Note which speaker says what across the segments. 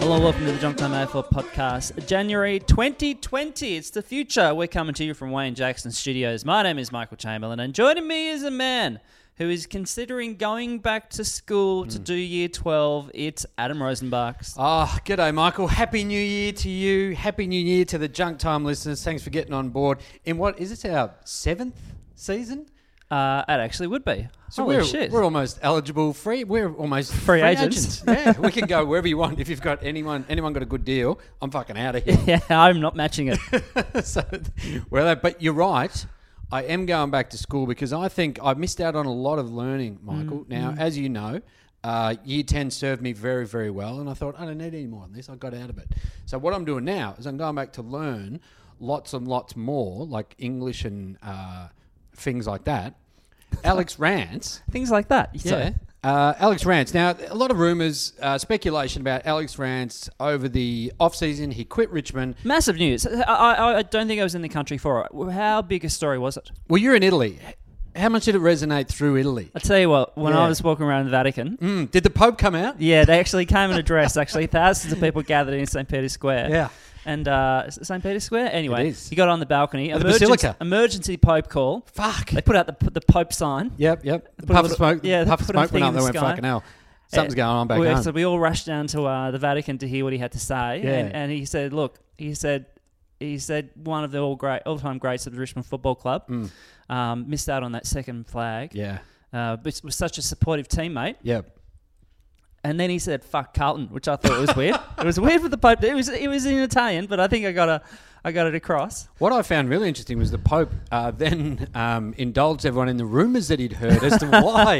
Speaker 1: Hello, welcome to the Junk Time AFL podcast. January 2020, it's the future. We're coming to you from Wayne Jackson Studios. My name is Michael Chamberlain, and joining me is a man who is considering going back to school
Speaker 2: Hmm.
Speaker 1: to do year 12. It's Adam Rosenbach's.
Speaker 2: Ah, g'day, Michael. Happy New Year to you. Happy New Year to the Junk Time listeners. Thanks for getting on board. In what is this our seventh season?
Speaker 1: Uh, it actually would be. Holy
Speaker 2: we're,
Speaker 1: Oh, shit.
Speaker 2: we're almost eligible, free. We're almost
Speaker 1: Free agents.
Speaker 2: yeah, we can go wherever you want. If you've got anyone, anyone got a good deal, I'm fucking out of here.
Speaker 1: yeah, I'm not matching it.
Speaker 2: so, well, but you're right. I am going back to school because I think I missed out on a lot of learning, Michael. Now, as you know, uh, year 10 served me very, very well, and I thought, I don't need any more than this. I got out of it. So, what I'm doing now is I'm going back to learn lots and lots more, like English and uh, things like that. Alex Rance.
Speaker 1: Things like that. Yeah.
Speaker 2: Uh, Alex Rance. Now, a lot of rumours, uh, speculation about Alex Rance over the off season. He quit Richmond.
Speaker 1: Massive news. I, I, I don't think I was in the country for it. How big a story was it?
Speaker 2: Well, you're in Italy. How much did it resonate through Italy?
Speaker 1: I tell you what, when I
Speaker 2: Yeah.
Speaker 1: was walking around the Vatican,
Speaker 2: Mm, did the Pope come out?
Speaker 1: Yeah, they actually came in a dress. Actually, thousands of people gathered in St. Peter's Square.
Speaker 2: Yeah.
Speaker 1: And uh, is it St. Peter's Square? Anyway,
Speaker 2: It is.
Speaker 1: you got on the balcony.
Speaker 2: the
Speaker 1: emergency,
Speaker 2: Basilica.
Speaker 1: Emergency Pope call.
Speaker 2: Fuck.
Speaker 1: They put out the, the Pope sign.
Speaker 2: Yep, yep. The
Speaker 1: Put a
Speaker 2: puff of
Speaker 1: little-
Speaker 2: smoke.
Speaker 1: yeah,
Speaker 2: Yeah,
Speaker 1: they
Speaker 2: puff of
Speaker 1: put a
Speaker 2: smoke
Speaker 1: thing
Speaker 2: went
Speaker 1: in
Speaker 2: up.
Speaker 1: the
Speaker 2: They went
Speaker 1: sky.
Speaker 2: fucking hell. Something's going on back
Speaker 1: we,
Speaker 2: home.
Speaker 1: So we all rushed down to uh, the Vatican to hear what he had to say.
Speaker 2: Yeah.
Speaker 1: And, and he said, look, he said, he said one of the all great, all-time greats of the Richmond Football Club um, missed out on that second flag.
Speaker 2: Mm. yeah,
Speaker 1: Uh, but was such a supportive teammate.
Speaker 2: yep.
Speaker 1: And then he said "fuck Carlton," which I thought was weird. it was weird for the Pope. It was it was in Italian, but I think I got a I got it across.
Speaker 2: What I found really interesting was the Pope uh, then um, indulged everyone in the rumours that he'd heard as to why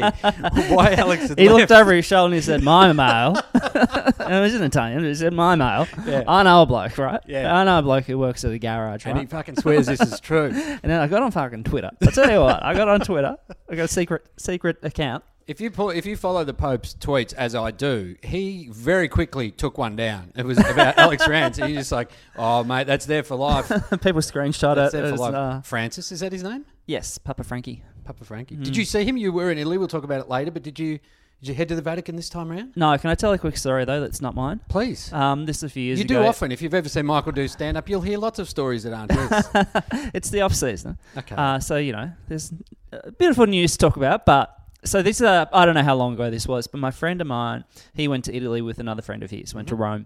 Speaker 2: why Alex had
Speaker 1: He
Speaker 2: left.
Speaker 1: looked over his shoulder and he said, "My mail." and it was in Italian. But he said, "My mail." I know a bloke, right?
Speaker 2: Yeah.
Speaker 1: I know a bloke who works at a garage,
Speaker 2: and
Speaker 1: right?
Speaker 2: he fucking swears this is true.
Speaker 1: and then I got on fucking Twitter. I tell you what, I got on Twitter. I got a secret secret account.
Speaker 2: If you pull, if you follow the Pope's tweets as I do, he very quickly took one down. It was about Alex Rance. He's just like, oh mate, that's there for life.
Speaker 1: People screenshot
Speaker 2: That's
Speaker 1: it.
Speaker 2: there
Speaker 1: It
Speaker 2: for
Speaker 1: was,
Speaker 2: life.
Speaker 1: uh,
Speaker 2: Francis is that his name?
Speaker 1: yes, Papa Frankie.
Speaker 2: Papa Frankie. Did you see him? You were in Italy. We'll talk about it later. But did you did you head to the Vatican this time around?
Speaker 1: No, can I tell a quick story though? That's not mine.
Speaker 2: Please.
Speaker 1: Um, this is a few years
Speaker 2: you
Speaker 1: ago.
Speaker 2: do often. If you've ever seen Michael do stand up, you'll hear lots of stories that aren't his.
Speaker 1: it's the off season.
Speaker 2: Okay.
Speaker 1: Uh, so you know, there's uh, beautiful news to talk about, but so this is uh, I don't know how long ago this was, but my friend of mine, he went to Italy with another friend of his, went
Speaker 2: Mm-hmm.
Speaker 1: to Rome,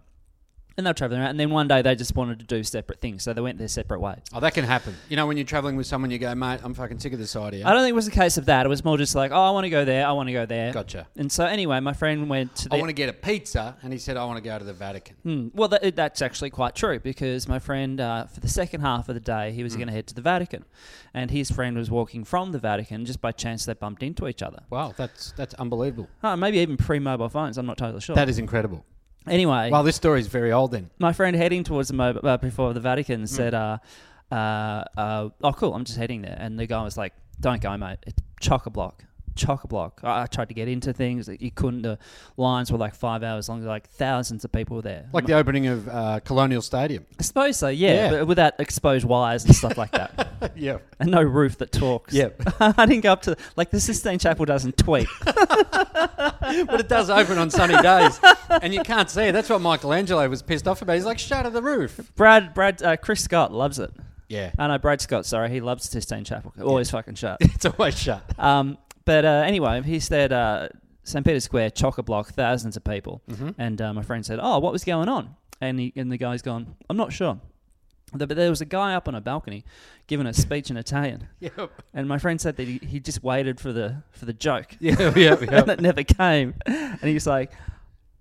Speaker 1: and they were traveling around. And then one day they just wanted to do separate things, so they went their separate ways.
Speaker 2: oh, that can happen. You know, when you're traveling with someone, you go, mate, I'm fucking sick of this idea.
Speaker 1: I don't think it was a case of that. It was more just like, oh, I want to go there, I want to go there.
Speaker 2: Gotcha.
Speaker 1: And so anyway, my friend went to the
Speaker 2: I want to get a pizza. And he said, I want to go to the Vatican.
Speaker 1: Mm, well, that, that's actually quite true because my friend, uh, for the second half of the day, he was
Speaker 2: Mm.
Speaker 1: going to head to the Vatican, and his friend was walking from the Vatican. Just by chance, they bumped into each other.
Speaker 2: Wow, that's that's unbelievable.
Speaker 1: Oh, maybe even pre-mobile phones. I'm not totally sure.
Speaker 2: That is incredible.
Speaker 1: anyway,
Speaker 2: Wow, this story is very old then.
Speaker 1: my friend heading towards the mob- uh, before the
Speaker 2: Hmm.
Speaker 1: Vatican said, uh, uh, uh, "Oh, cool, I'm just heading there." And the guy was like, "Don't go, mate. It's chock a block, chock a block." I-, I tried to get into things that you couldn't. The lines were like five hours long. Like thousands of people were there.
Speaker 2: Like the opening of uh, Colonial Stadium.
Speaker 1: I suppose so, yeah,
Speaker 2: Yeah.
Speaker 1: But without exposed wires and stuff like that,
Speaker 2: yeah.
Speaker 1: and no roof that talks.
Speaker 2: Yep.
Speaker 1: I didn't go up to like the Sistine Chapel doesn't tweet.
Speaker 2: But it does open on sunny days. And you can't see it. That's what Michelangelo was pissed off about. He's like, shatter the roof.
Speaker 1: Brad, Brad, uh, Chris Scott loves it.
Speaker 2: Yeah.
Speaker 1: I know Oh, Brad Scott. Sorry, he loves Sistine Chapel. Always fucking shut.
Speaker 2: It's always shut.
Speaker 1: Um, but uh, anyway, he said uh, St. Peter's Square, chock a block, thousands of people. And uh, my friend said, Oh, what was going on? And, he, and the guy's gone, I'm not sure. Th- But there was a guy up on a balcony giving a speech in Italian.
Speaker 2: Yep.
Speaker 1: And my friend said that he, he just waited for the, for the joke.
Speaker 2: Yeah, yeah, yeah.
Speaker 1: And it never came. And he was like,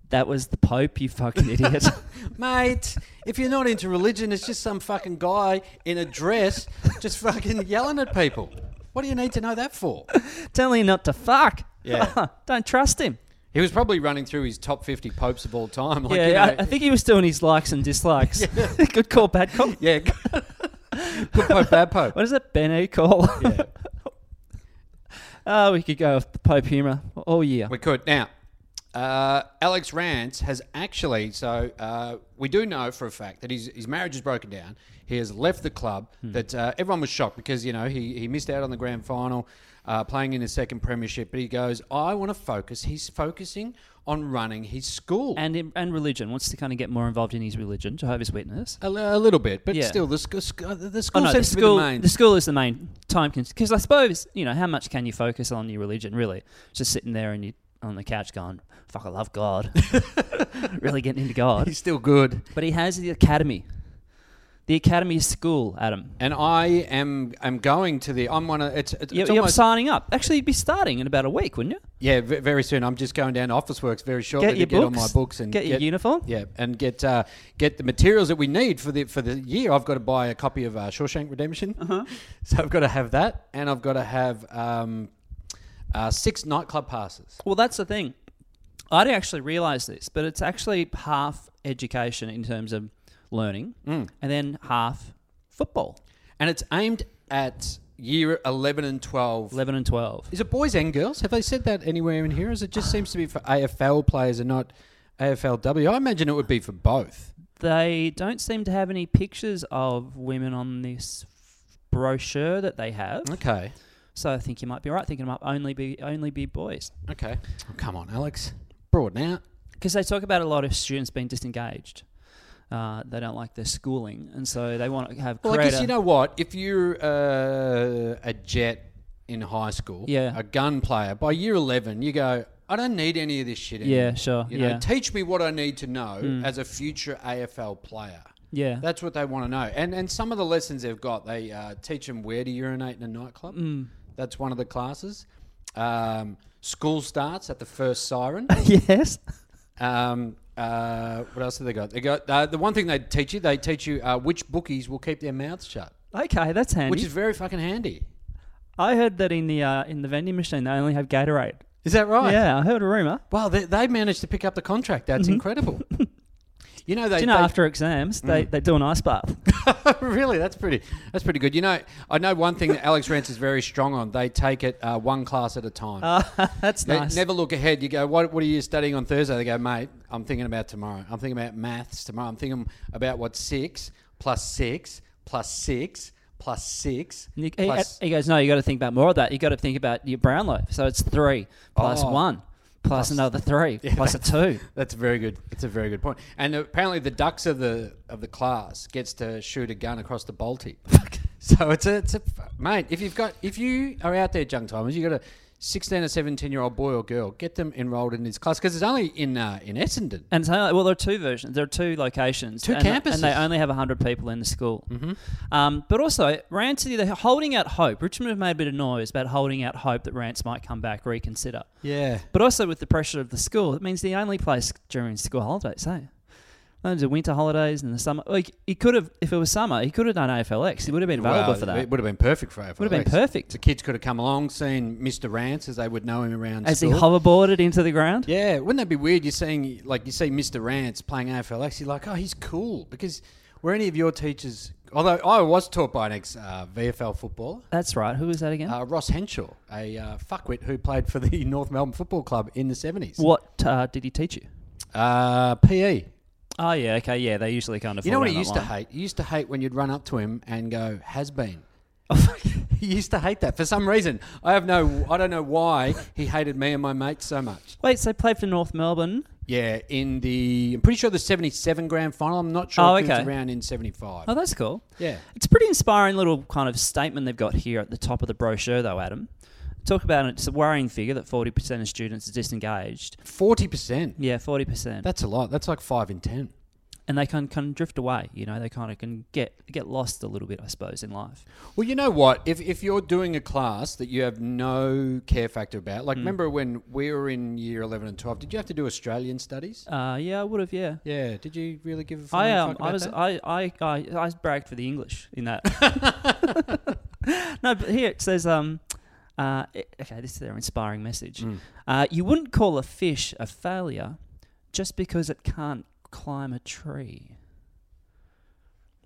Speaker 1: That was the Pope, you fucking idiot.
Speaker 2: Mate, if you're not into religion, it's just some fucking guy in a dress just fucking yelling at people. What do you need to know that for?
Speaker 1: Telling you not to fuck.
Speaker 2: Yeah.
Speaker 1: Don't trust him.
Speaker 2: He was probably running through his top 50 popes of all time. Like,
Speaker 1: yeah,
Speaker 2: you know,
Speaker 1: I, I think he was doing his likes and dislikes. Good call, bad call.
Speaker 2: yeah. Good pope, bad pope.
Speaker 1: What is it, Benny call?
Speaker 2: Yeah,
Speaker 1: oh, we could go off the Pope humour all year.
Speaker 2: we could. Now, uh, Alex Rance has actually, so uh, we do know for a fact that his, his marriage is broken down. He has left the club.
Speaker 1: Hmm.
Speaker 2: That uh, everyone was shocked because, you know, he, he missed out on the grand final, uh, playing in his second premiership. But he goes, I want to focus. He's focusing on running his school.
Speaker 1: and in, and religion wants to kind of get more involved in his religion. Jehovah's Witness.
Speaker 2: a, li- a little bit, but
Speaker 1: Yeah.
Speaker 2: still, the, sc- sc- the
Speaker 1: Oh
Speaker 2: school
Speaker 1: no, the
Speaker 2: seems
Speaker 1: school.
Speaker 2: to be the main.
Speaker 1: The school is the main time because I suppose you know how much can you focus on your religion really? Just sitting there and you on the couch going, "Fuck, I love God." really getting into God.
Speaker 2: He's still good.
Speaker 1: But he has the academy. The academy is school, Adam.
Speaker 2: And I am am going to the. I'm one of it's. it's,
Speaker 1: You're,
Speaker 2: it's
Speaker 1: you're
Speaker 2: almost,
Speaker 1: signing up. Actually, you'd be starting in about a week, wouldn't you?
Speaker 2: yeah, ve- very soon. I'm just going down to Office Works very shortly
Speaker 1: Get your
Speaker 2: to get on my
Speaker 1: books,
Speaker 2: books and
Speaker 1: get your uniform.
Speaker 2: Yeah, and get uh, get the materials that we need for the for the year. I've got to buy a copy of uh, Shawshank Redemption,
Speaker 1: Uh-huh.
Speaker 2: so I've got to have that, and I've got to have um, uh, six nightclub passes.
Speaker 1: Well, that's the thing. I didn't actually realize this, but it's actually half education in terms of learning,
Speaker 2: Mm.
Speaker 1: and then half football.
Speaker 2: And it's aimed at year eleven and twelve.
Speaker 1: Eleven and twelve.
Speaker 2: Is it boys and girls? Have they said that anywhere in here? Is it just seems to be for AFL players and not AFLW? I imagine it would be for both.
Speaker 1: They don't seem to have any pictures of women on this brochure that they have.
Speaker 2: Okay.
Speaker 1: So I think you might be right. Thinking it might only be only be boys
Speaker 2: Okay. Oh, come on, Alex. Broaden out.
Speaker 1: because they talk about a lot of students being disengaged. Uh, they don't like their schooling, and so they want to have.
Speaker 2: Well, I guess
Speaker 1: greater-
Speaker 2: you know what? If you're uh, a jet in high school,
Speaker 1: Yeah.
Speaker 2: a gun player, by year 11, you go, I don't need any of this shit anymore.
Speaker 1: Yeah, sure.
Speaker 2: You know,
Speaker 1: yeah. Hmm.
Speaker 2: teach me what I need to know as a future AFL player.
Speaker 1: yeah.
Speaker 2: That's what they want to know. And and some of the lessons they've got, they uh, teach them where to urinate in a nightclub.
Speaker 1: Hmm.
Speaker 2: Mm. That's one of the classes. Um, school starts at the first siren.
Speaker 1: yes.
Speaker 2: um, uh, what else have they got? They got uh, the one thing they teach you. They teach you uh, which bookies will keep their mouths shut,
Speaker 1: Okay, that's handy.
Speaker 2: which is very fucking handy.
Speaker 1: I heard that in the uh, in the vending machine they only have Gatorade.
Speaker 2: Is that right?
Speaker 1: Yeah, I heard a rumor.
Speaker 2: Wow, they, they managed to pick up the contract. That's incredible. you know they. Mm.
Speaker 1: Do you know
Speaker 2: they-
Speaker 1: after exams they, they do an ice bath?
Speaker 2: really, that's pretty. That's pretty good. You know, I know one thing that Alex Rance is very strong on. They take it uh, one class at a time.
Speaker 1: that's
Speaker 2: They
Speaker 1: Oh, nice.
Speaker 2: never look ahead. You go, what, what are you studying on Thursday? They go, mate, I'm thinking about tomorrow. I'm thinking about maths tomorrow. I'm thinking about what six plus six plus six plus six
Speaker 1: And you- he,
Speaker 2: plus.
Speaker 1: he goes, no, you got to think about more of that. You got to think about your Brownlow. So it's three plus
Speaker 2: Oh.
Speaker 1: one plus another three plus a two.
Speaker 2: That's very good. That's a very good point. And apparently, the ducks of the of the class gets to shoot a gun across the Baltic. so it's a, it's a mate. If you've got if you are out there, junk timers, you got a sixteen or seventeen year old boy or girl, get them enrolled in this class because it's only in uh, in Essendon.
Speaker 1: And so, well, there are two versions. There are two locations.
Speaker 2: Two
Speaker 1: and,
Speaker 2: campuses.
Speaker 1: And they only have 100 people in the school. Mm-hmm. Um, but also, Rance, they're holding out hope. Richmond have made a bit of noise about holding out hope that Rance might come back, reconsider.
Speaker 2: Yeah.
Speaker 1: But also with the pressure of the school, it means the only place during school holidays, eh? Those are winter holidays and the summer. Like, he could have, if it was summer, he could have done AFLX. He would have been available
Speaker 2: Well,
Speaker 1: for that.
Speaker 2: It would have been perfect for AFL.
Speaker 1: Would have been perfect.
Speaker 2: The kids could have come along, seen Mr. Rance as they would know him around
Speaker 1: As
Speaker 2: school.
Speaker 1: he hoverboarded into the ground?
Speaker 2: yeah, wouldn't that be weird? You're seeing like you see Mr. Rance playing AFLX. You're like, oh, he's cool because were any of your teachers? Although I was taught by an ex uh, VFL footballer,
Speaker 1: That's right. Who was that again?
Speaker 2: uh, Ross Henshaw, a uh, fuckwit who played for the North Melbourne Football Club in the seventies.
Speaker 1: what uh, did he teach you?
Speaker 2: Uh, PE.
Speaker 1: Oh, yeah. Okay. Yeah. They usually kind of.
Speaker 2: You know
Speaker 1: fall
Speaker 2: what he
Speaker 1: down that
Speaker 2: used to
Speaker 1: line.
Speaker 2: hate? He used to hate when you'd run up to him and go, "Has been."
Speaker 1: Oh,
Speaker 2: he used to hate that for some reason. I have no, I don't know why he hated me and my mates so much.
Speaker 1: Wait, so played for North Melbourne.
Speaker 2: Yeah, in the, I'm pretty sure the '77 grand final. I'm not sure
Speaker 1: Oh,
Speaker 2: if it
Speaker 1: okay.
Speaker 2: was around in '75.
Speaker 1: Oh, that's cool.
Speaker 2: Yeah.
Speaker 1: It's a pretty inspiring little kind of statement they've got here at the top of the brochure, though, Adam. Talk about it. It's a worrying figure that 40% of students are disengaged.
Speaker 2: Forty percent.
Speaker 1: Yeah, 40%.
Speaker 2: That's a lot. That's like five in ten.
Speaker 1: and they can can drift away. You know, they kind of can get get lost a little bit, I suppose, in life.
Speaker 2: Well, you know what? If, if you're doing a class that you have no care factor about,
Speaker 1: Hmm.
Speaker 2: like remember when we were in year 11 and 12, did you have to do Australian studies?
Speaker 1: Uh, yeah, I would have. Yeah.
Speaker 2: Yeah. Did you really give a
Speaker 1: I
Speaker 2: flying
Speaker 1: um,
Speaker 2: fuck
Speaker 1: I
Speaker 2: about
Speaker 1: was
Speaker 2: that?
Speaker 1: I, I I I bragged for the English in that. no, but here it says um, uh, i- okay, this is their inspiring message.
Speaker 2: Mm.
Speaker 1: Uh, you wouldn't call a fish a failure just because it can't climb a tree.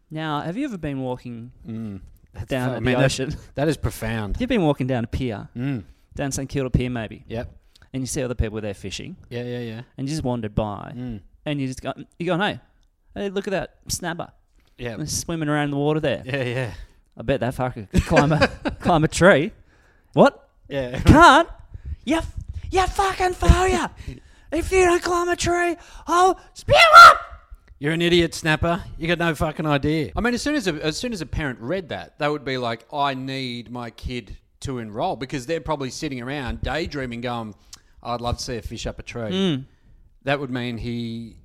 Speaker 1: Now, have you ever been walking down
Speaker 2: fu-
Speaker 1: at
Speaker 2: man,
Speaker 1: the
Speaker 2: Hmm. that's-
Speaker 1: ocean?
Speaker 2: That is profound.
Speaker 1: You've been walking down a pier,
Speaker 2: Mm.
Speaker 1: down St Kilda Pier maybe,
Speaker 2: Yep.
Speaker 1: and you see other people there fishing,
Speaker 2: Yeah, yeah, yeah.
Speaker 1: and you just wandered by,
Speaker 2: Mm.
Speaker 1: and you just go, you go, hey, hey, look at that snapper
Speaker 2: Yeah.
Speaker 1: swimming around in the water there.
Speaker 2: Yeah, yeah.
Speaker 1: I bet that fucker could climb a climb a tree. What?
Speaker 2: Yeah.
Speaker 1: Can't? You f- you fucking failure! if you don't climb a tree, I'll spew up.
Speaker 2: You're an idiot, Snapper. You got no fucking idea. I mean, as soon as a, as soon as a parent read that, they would be like, "I need my kid to enroll," because they're probably sitting around daydreaming, going, "I'd love to see a fish up a tree."
Speaker 1: Hmm.
Speaker 2: That would mean he.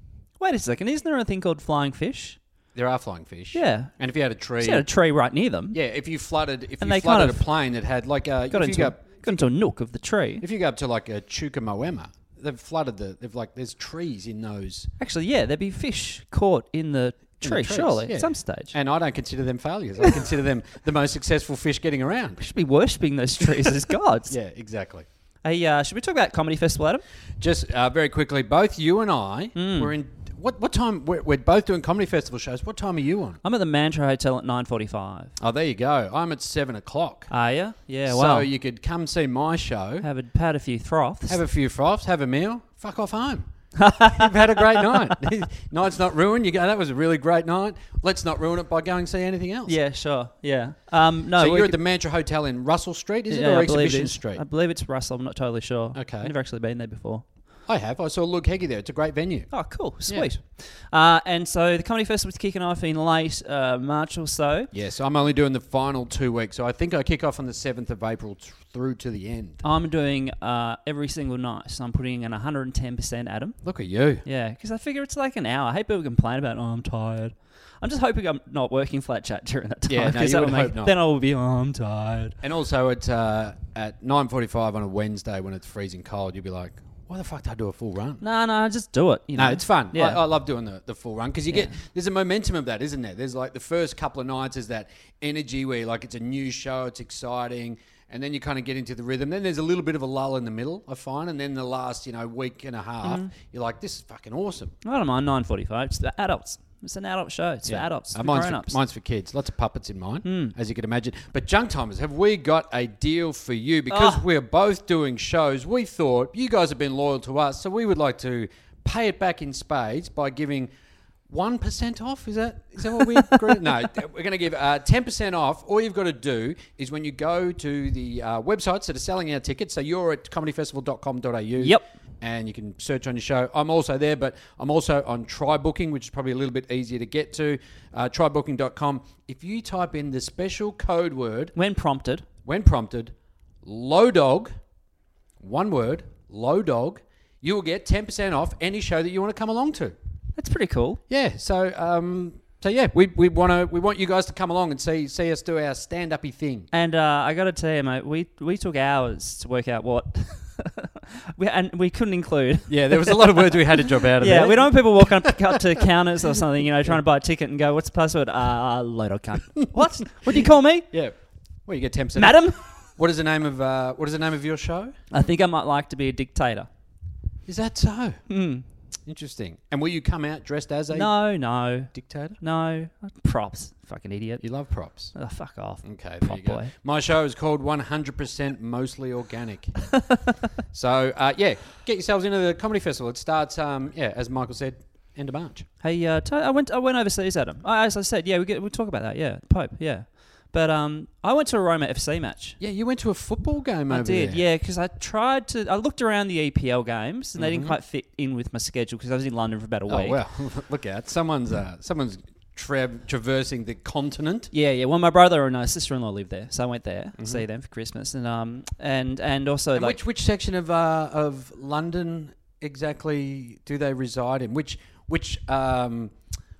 Speaker 1: Wait a second. Isn't there a thing called flying fish?
Speaker 2: There are flying fish.
Speaker 1: Yeah.
Speaker 2: and if you had a tree,
Speaker 1: Is there a tree right near them?
Speaker 2: yeah, if you flooded, if
Speaker 1: And
Speaker 2: you
Speaker 1: they
Speaker 2: flooded
Speaker 1: kind of
Speaker 2: a plane that had like
Speaker 1: Got
Speaker 2: a, if you
Speaker 1: into
Speaker 2: go,
Speaker 1: a, got into a nook of the tree.
Speaker 2: if you go up to like a Chukamoema, they've flooded the, they've like there's trees in those,
Speaker 1: Actually, yeah, there'd be fish caught in the
Speaker 2: in
Speaker 1: tree.
Speaker 2: the trees,
Speaker 1: surely
Speaker 2: yeah.
Speaker 1: at some stage.
Speaker 2: And I don't consider them failures. I consider them the most successful fish getting around.
Speaker 1: we should be worshipping those trees as gods.
Speaker 2: Yeah, exactly.
Speaker 1: Hey, uh, should we talk about comedy festival, Adam?
Speaker 2: Just uh, very quickly, both you and I
Speaker 1: Hmm.
Speaker 2: were in. What what time? We're, we're both doing comedy festival shows. What time are you on?
Speaker 1: I'm at the Mantra Hotel at 9:45.
Speaker 2: Oh, there you go. I'm at seven o'clock.
Speaker 1: Are you? Yeah. Wow.
Speaker 2: So you could come see my show,
Speaker 1: have a, had a few froths.
Speaker 2: have a few froths, have a meal, fuck off home. You've had a great night. Night's not ruined. You go. That was a really great night. Let's not ruin it by going see anything else.
Speaker 1: Yeah, sure. Yeah. Um, no,
Speaker 2: So
Speaker 1: we
Speaker 2: you're at
Speaker 1: could-
Speaker 2: the Mantra Hotel in Russell Street, is
Speaker 1: yeah,
Speaker 2: it, or
Speaker 1: I believe it
Speaker 2: Exhibition
Speaker 1: is. Uh,
Speaker 2: Street?
Speaker 1: I believe it's Russell. I'm not totally sure.
Speaker 2: Okay.
Speaker 1: I've never actually been there before.
Speaker 2: I have. I saw Luke Heggie there. It's a great venue.
Speaker 1: Oh, cool.
Speaker 2: Yeah.
Speaker 1: Sweet. Uh, and so the Comedy Festival's kicking off in late uh, March or so.
Speaker 2: Yes, I'm only doing the final two weeks, so I think I kick off on the seventh of April t- through to the end.
Speaker 1: I'm doing uh, every single night, so I'm putting in 110%, Adam.
Speaker 2: Look at you.
Speaker 1: Yeah, because I figure it's like an hour. I hate people complain about, oh, I'm tired. I'm just hoping I'm not working flat chat during that time.
Speaker 2: Yeah, no,
Speaker 1: 'cause
Speaker 2: you
Speaker 1: that'll
Speaker 2: would
Speaker 1: make-
Speaker 2: hope not.
Speaker 1: Then I will be, oh, I'm tired.
Speaker 2: And also at uh, at nine forty-five on a Wednesday when it's freezing cold, you'll be like, "Why the fuck did I do a full run?"
Speaker 1: No, no, just do it. You know?
Speaker 2: No, it's fun.
Speaker 1: Yeah.
Speaker 2: I, I love doing the, the full run because you get there's a momentum of that, isn't there? There's like the first couple of nights is that energy where like it's a new show, it's exciting, and then you kind of get into the rhythm. Then there's a little bit of a lull in the middle, I find, and then the last you know week and a half, you're like, "This is fucking awesome."
Speaker 1: I don't mind 9.45. It's for adults. It's an adult show. It's for
Speaker 2: Yeah.
Speaker 1: adults. It's
Speaker 2: Uh,
Speaker 1: for
Speaker 2: mine's,
Speaker 1: grown-ups. Hmm.
Speaker 2: for, mine's for kids. Lots of puppets in mine, as you can imagine. But junk timers, have we got a deal for you? Because
Speaker 1: Ah.
Speaker 2: we're both doing shows, we thought you guys have been loyal to us, so we would like to pay it back in spades by giving. One percent off? Is that is that what we agreed? no, th- we're going to give uh, ten percent off. All you've got to do is when you go to the uh, websites that are selling our tickets. So you're at comedyfestival.com.au.
Speaker 1: Yep.
Speaker 2: And you can search on your show. I'm also there, but I'm also on TryBooking, which is probably a little bit easier to get to. Uh, TryBooking.com. If you type in the special code word
Speaker 1: when prompted,
Speaker 2: when prompted, low dog, one word, low dog, you will get 10% off any show that you want to come along to.
Speaker 1: that's pretty cool.
Speaker 2: Yeah. So, um, so yeah, we, we want to we want you guys to come along and see see us do our stand uppy thing.
Speaker 1: And uh, I got to tell you, mate, we, we took hours to work out what, we, and we couldn't include.
Speaker 2: Yeah, there was a lot of words we had to drop out
Speaker 1: Yeah, we don't want people walking up, up to counters or something, you know, trying to buy a ticket and go, "What's the password?" Ah, uh, load of cunt. what? What do you call me,
Speaker 2: Yeah. Well, you get 10%. off.
Speaker 1: madam?
Speaker 2: What is the name of uh, what is the name of your show?
Speaker 1: I think I might like to be a dictator. Hmm.
Speaker 2: Is that so? Interesting. And will you come out dressed as a
Speaker 1: No, no,
Speaker 2: dictator?
Speaker 1: no. Props, fucking idiot.
Speaker 2: You love props.
Speaker 1: Oh, fuck off.
Speaker 2: Okay, there
Speaker 1: prop
Speaker 2: you go.
Speaker 1: boy.
Speaker 2: My show is called 100% Mostly Organic. so, uh, yeah, get yourselves into the comedy festival. It starts, um, yeah, as Michael said, end of March.
Speaker 1: Hey, uh, t- I went. I went overseas, Adam. I, as I said, yeah, we get, we'll talk about that. Yeah, Pope. Yeah, but um, I went to a Roma FC match.
Speaker 2: Yeah, you went to a football game
Speaker 1: I
Speaker 2: over
Speaker 1: did,
Speaker 2: there.
Speaker 1: yeah, because I tried to. I looked around the EPL games, and they didn't quite fit in with my schedule because I was in London for about a
Speaker 2: Mm-hmm. Oh
Speaker 1: week.
Speaker 2: well, look out! Someone's uh, someone's tra- traversing the continent.
Speaker 1: Yeah, yeah. Well, my brother and my sister-in-law live there, so I went there to see them for Christmas, and um, and and also
Speaker 2: Mm-hmm. And
Speaker 1: like
Speaker 2: which which section of uh, of London exactly do they reside in? Which which um,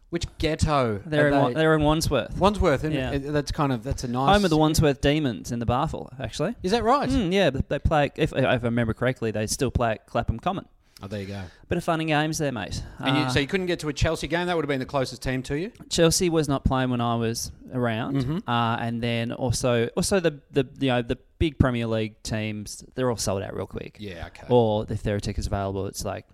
Speaker 2: Which ghetto?
Speaker 1: They're
Speaker 2: are
Speaker 1: in, Wa-
Speaker 2: they?
Speaker 1: they're in Wandsworth.
Speaker 2: Wandsworth, isn't
Speaker 1: Yeah.
Speaker 2: it? Uh, That's kind of that's a nice.
Speaker 1: Home of the Wandsworth Demons in the Barful, actually.
Speaker 2: Is that right?
Speaker 1: Mm, yeah, but they play, if, if I remember correctly, they still play at Clapham Common.
Speaker 2: Oh, there you go.
Speaker 1: Bit of fun and games there, mate.
Speaker 2: And
Speaker 1: Uh,
Speaker 2: you, so you couldn't get to a Chelsea game. That would have been the closest team to you.
Speaker 1: Chelsea was not playing when I was around,
Speaker 2: Mm-hmm.
Speaker 1: uh, and then also also the, the you know the big Premier League teams they're all sold out real quick.
Speaker 2: Yeah. Okay.
Speaker 1: Or if their ticket's available, it's like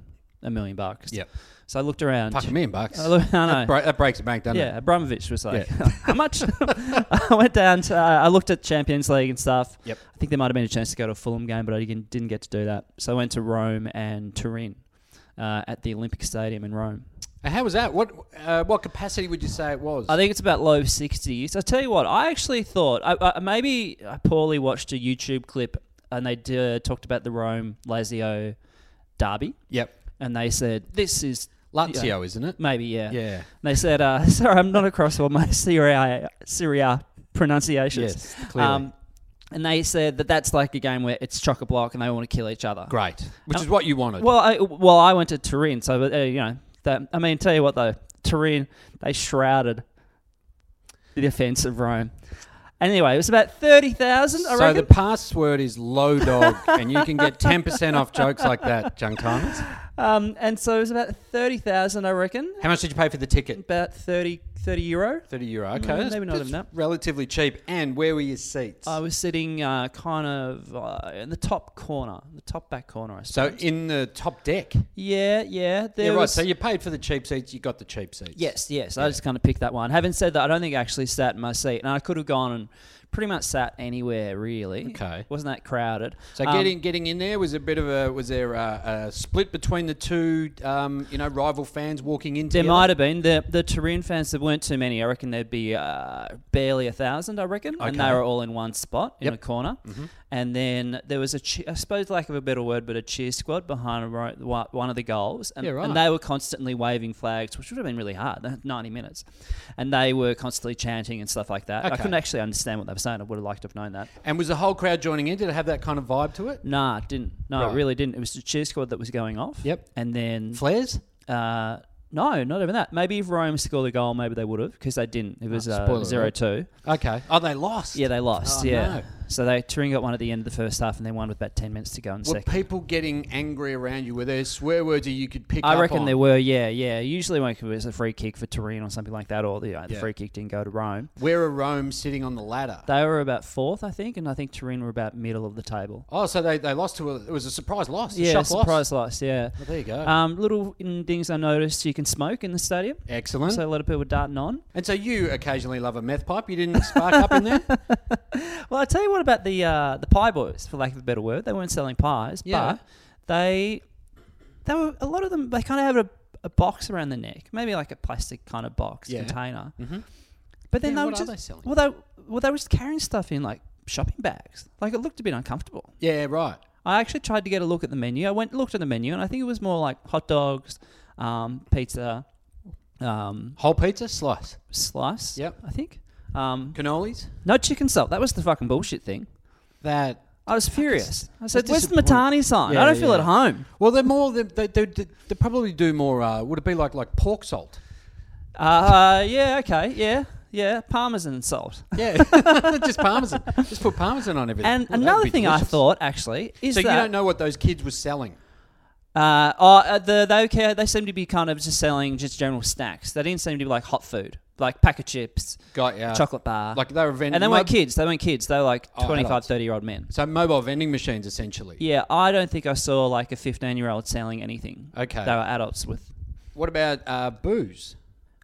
Speaker 1: a million bucks.
Speaker 2: Yep.
Speaker 1: So I looked around.
Speaker 2: Fuck a million bucks.
Speaker 1: I Uh, look- I know.
Speaker 2: That, bra- that breaks the bank, doesn't
Speaker 1: Yeah,
Speaker 2: it?
Speaker 1: Abramovich was like, how much? I went down to, uh, I looked at Champions League and stuff.
Speaker 2: Yep.
Speaker 1: I think there might have been a chance to go to a Fulham game, but I didn't didn't get to do that. So I went to Rome and Turin uh, at the Olympic Stadium in Rome.
Speaker 2: And how was that? What uh, what capacity would you say it was?
Speaker 1: I think it's about low 60s. I tell you what, I actually thought, I, I, maybe I poorly watched a YouTube clip and they uh, talked about the Rome Lazio derby.
Speaker 2: yep.
Speaker 1: And they said, this is.
Speaker 2: Lazio,
Speaker 1: Yeah,
Speaker 2: isn't it?
Speaker 1: maybe, yeah.
Speaker 2: Yeah.
Speaker 1: And they said, uh, sorry, I'm not across all my Syria, Syria pronunciations. Um,
Speaker 2: Yes, clearly.
Speaker 1: and they said that that's like a game where it's chock a block and they want to kill each other.
Speaker 2: Great. Which is what you wanted.
Speaker 1: Well, I, well, I went to Turin, so uh, you know. That, I mean, tell you what though, Turin they shrouded the defense of Rome. Anyway, it was about thirty thousand. I
Speaker 2: so the
Speaker 1: reckon.
Speaker 2: password is low dog, and you can get ten percent off jokes like that, junk timers.
Speaker 1: um, and so it was about thirty thousand. I reckon
Speaker 2: How much did you pay for the ticket?
Speaker 1: about 30, 30 euro.
Speaker 2: Thirty euro. Okay,
Speaker 1: Mm, maybe
Speaker 2: that's-
Speaker 1: not
Speaker 2: that's
Speaker 1: even that.
Speaker 2: Relatively cheap. And where were your seats?
Speaker 1: I was sitting uh, kind of uh, in the top corner, the top back corner. I
Speaker 2: so
Speaker 1: suppose.
Speaker 2: in the top deck.
Speaker 1: yeah, yeah, there
Speaker 2: Yeah, right.
Speaker 1: was-
Speaker 2: So you paid for the cheap seats. You got the cheap seats.
Speaker 1: Yes, yes. I just kind of picked that one. Having said that, I don't think I actually sat in my seat, and I could have gone and pretty much sat anywhere really.
Speaker 2: Okay.
Speaker 1: wasn't that crowded?
Speaker 2: So
Speaker 1: Um,
Speaker 2: getting getting in there was a bit of a was there a, a split between the two um, you know rival fans walking into
Speaker 1: there might have been the the Turin fans. There weren't too many. I reckon there'd be uh, barely a thousand. I reckon, and they
Speaker 2: Okay.
Speaker 1: were all in one spot in
Speaker 2: Yep. Mm-hmm.
Speaker 1: a corner. And then there was a, che- I suppose, lack of a better word, but a cheer squad behind a ro- wa- one of the goals, and,
Speaker 2: Yeah, right.
Speaker 1: and they were constantly waving flags, which would have been really hard. they had Ninety minutes, and they were constantly chanting and stuff like that. I
Speaker 2: Okay.
Speaker 1: couldn't actually understand what they were saying. I would have liked to have known that.
Speaker 2: And was the whole crowd joining in? Did it have that kind of vibe to it?
Speaker 1: Nah, it didn't. No, it
Speaker 2: Right.
Speaker 1: really didn't. It was the cheer squad that was going off.
Speaker 2: Yep.
Speaker 1: And then
Speaker 2: Flares?
Speaker 1: Uh, no, not even that. Maybe if Rome scored a goal, maybe they would have because they didn't. It was uh,
Speaker 2: Ah, spoiler
Speaker 1: 0
Speaker 2: alert.
Speaker 1: 2.
Speaker 2: Okay. Oh, they lost.
Speaker 1: Yeah, they lost.
Speaker 2: Oh,
Speaker 1: yeah.
Speaker 2: no.
Speaker 1: So they Turing got one at the end of the first half and then one with about 10 minutes to go in the
Speaker 2: Were
Speaker 1: second.
Speaker 2: people getting angry around you? Were there swear words that you could pick up
Speaker 1: I reckon
Speaker 2: on?
Speaker 1: there were, yeah, yeah. Usually when it was a free kick for Turin or something like that, or the, uh, the
Speaker 2: Yeah.
Speaker 1: free kick didn't go to Rome.
Speaker 2: Where are Rome sitting on the ladder?
Speaker 1: They were about fourth, I think, and I think Turin were about middle of the table.
Speaker 2: oh, so they, they lost to a, it was a surprise loss. a
Speaker 1: yeah,
Speaker 2: shock
Speaker 1: surprise loss, yeah.
Speaker 2: Loss. Oh, there you go.
Speaker 1: Um, little mm, things I noticed you can smoke in the stadium.
Speaker 2: Excellent.
Speaker 1: So a lot of people darting on.
Speaker 2: and so you occasionally love a meth pipe. You didn't spark up in there.
Speaker 1: Well, I tell you what about the uh, the pie boys, for lack of a better word, they weren't selling pies,
Speaker 2: Yeah.
Speaker 1: but they they were a lot of them. They kind of have a, a box around the neck, maybe like a plastic kind of box
Speaker 2: Yeah.
Speaker 1: container. Mm-hmm. But then
Speaker 2: Yeah,
Speaker 1: they were
Speaker 2: what are
Speaker 1: just
Speaker 2: they selling?
Speaker 1: well, they well they were just carrying stuff in like shopping bags. Like it looked a bit uncomfortable.
Speaker 2: Yeah, right.
Speaker 1: I actually tried to get a look at the menu. I went looked at the menu, and I think it was more like hot dogs, um, pizza, um,
Speaker 2: Whole pizza slice,
Speaker 1: slice.
Speaker 2: Yep.
Speaker 1: I think. Um,
Speaker 2: cannolis.
Speaker 1: no chicken salt. That was the fucking bullshit thing.
Speaker 2: That
Speaker 1: I was furious. I said,
Speaker 2: That's
Speaker 1: "Where's the
Speaker 2: disappointing.
Speaker 1: Matani sign?
Speaker 2: Yeah,
Speaker 1: I don't
Speaker 2: yeah,
Speaker 1: feel
Speaker 2: yeah.
Speaker 1: at home."
Speaker 2: well, they're more they they, they, they probably do more. Uh, would it be like like pork salt?
Speaker 1: Uh, yeah, okay, yeah, yeah, parmesan salt.
Speaker 2: Yeah, just parmesan. Just put parmesan on everything.
Speaker 1: And
Speaker 2: Ooh, that'd
Speaker 1: another
Speaker 2: be
Speaker 1: thing I
Speaker 2: delicious.
Speaker 1: thought actually is
Speaker 2: So
Speaker 1: that
Speaker 2: you don't know what those kids were selling.
Speaker 1: uh, oh, uh, the, they care. They seem to be kind of just selling just general snacks. They didn't seem to be like hot food, like pack of chips,
Speaker 2: Got yeah.
Speaker 1: chocolate bar,
Speaker 2: Like they were vending.
Speaker 1: and Uh, they weren't
Speaker 2: mob-
Speaker 1: kids. They weren't kids. They were like
Speaker 2: Oh,
Speaker 1: 25,
Speaker 2: adults.
Speaker 1: 30 year old men.
Speaker 2: So mobile vending machines essentially.
Speaker 1: Yeah, I don't think I saw like a fifteen year old selling anything.
Speaker 2: Okay.
Speaker 1: they were adults with.
Speaker 2: What about uh, booze?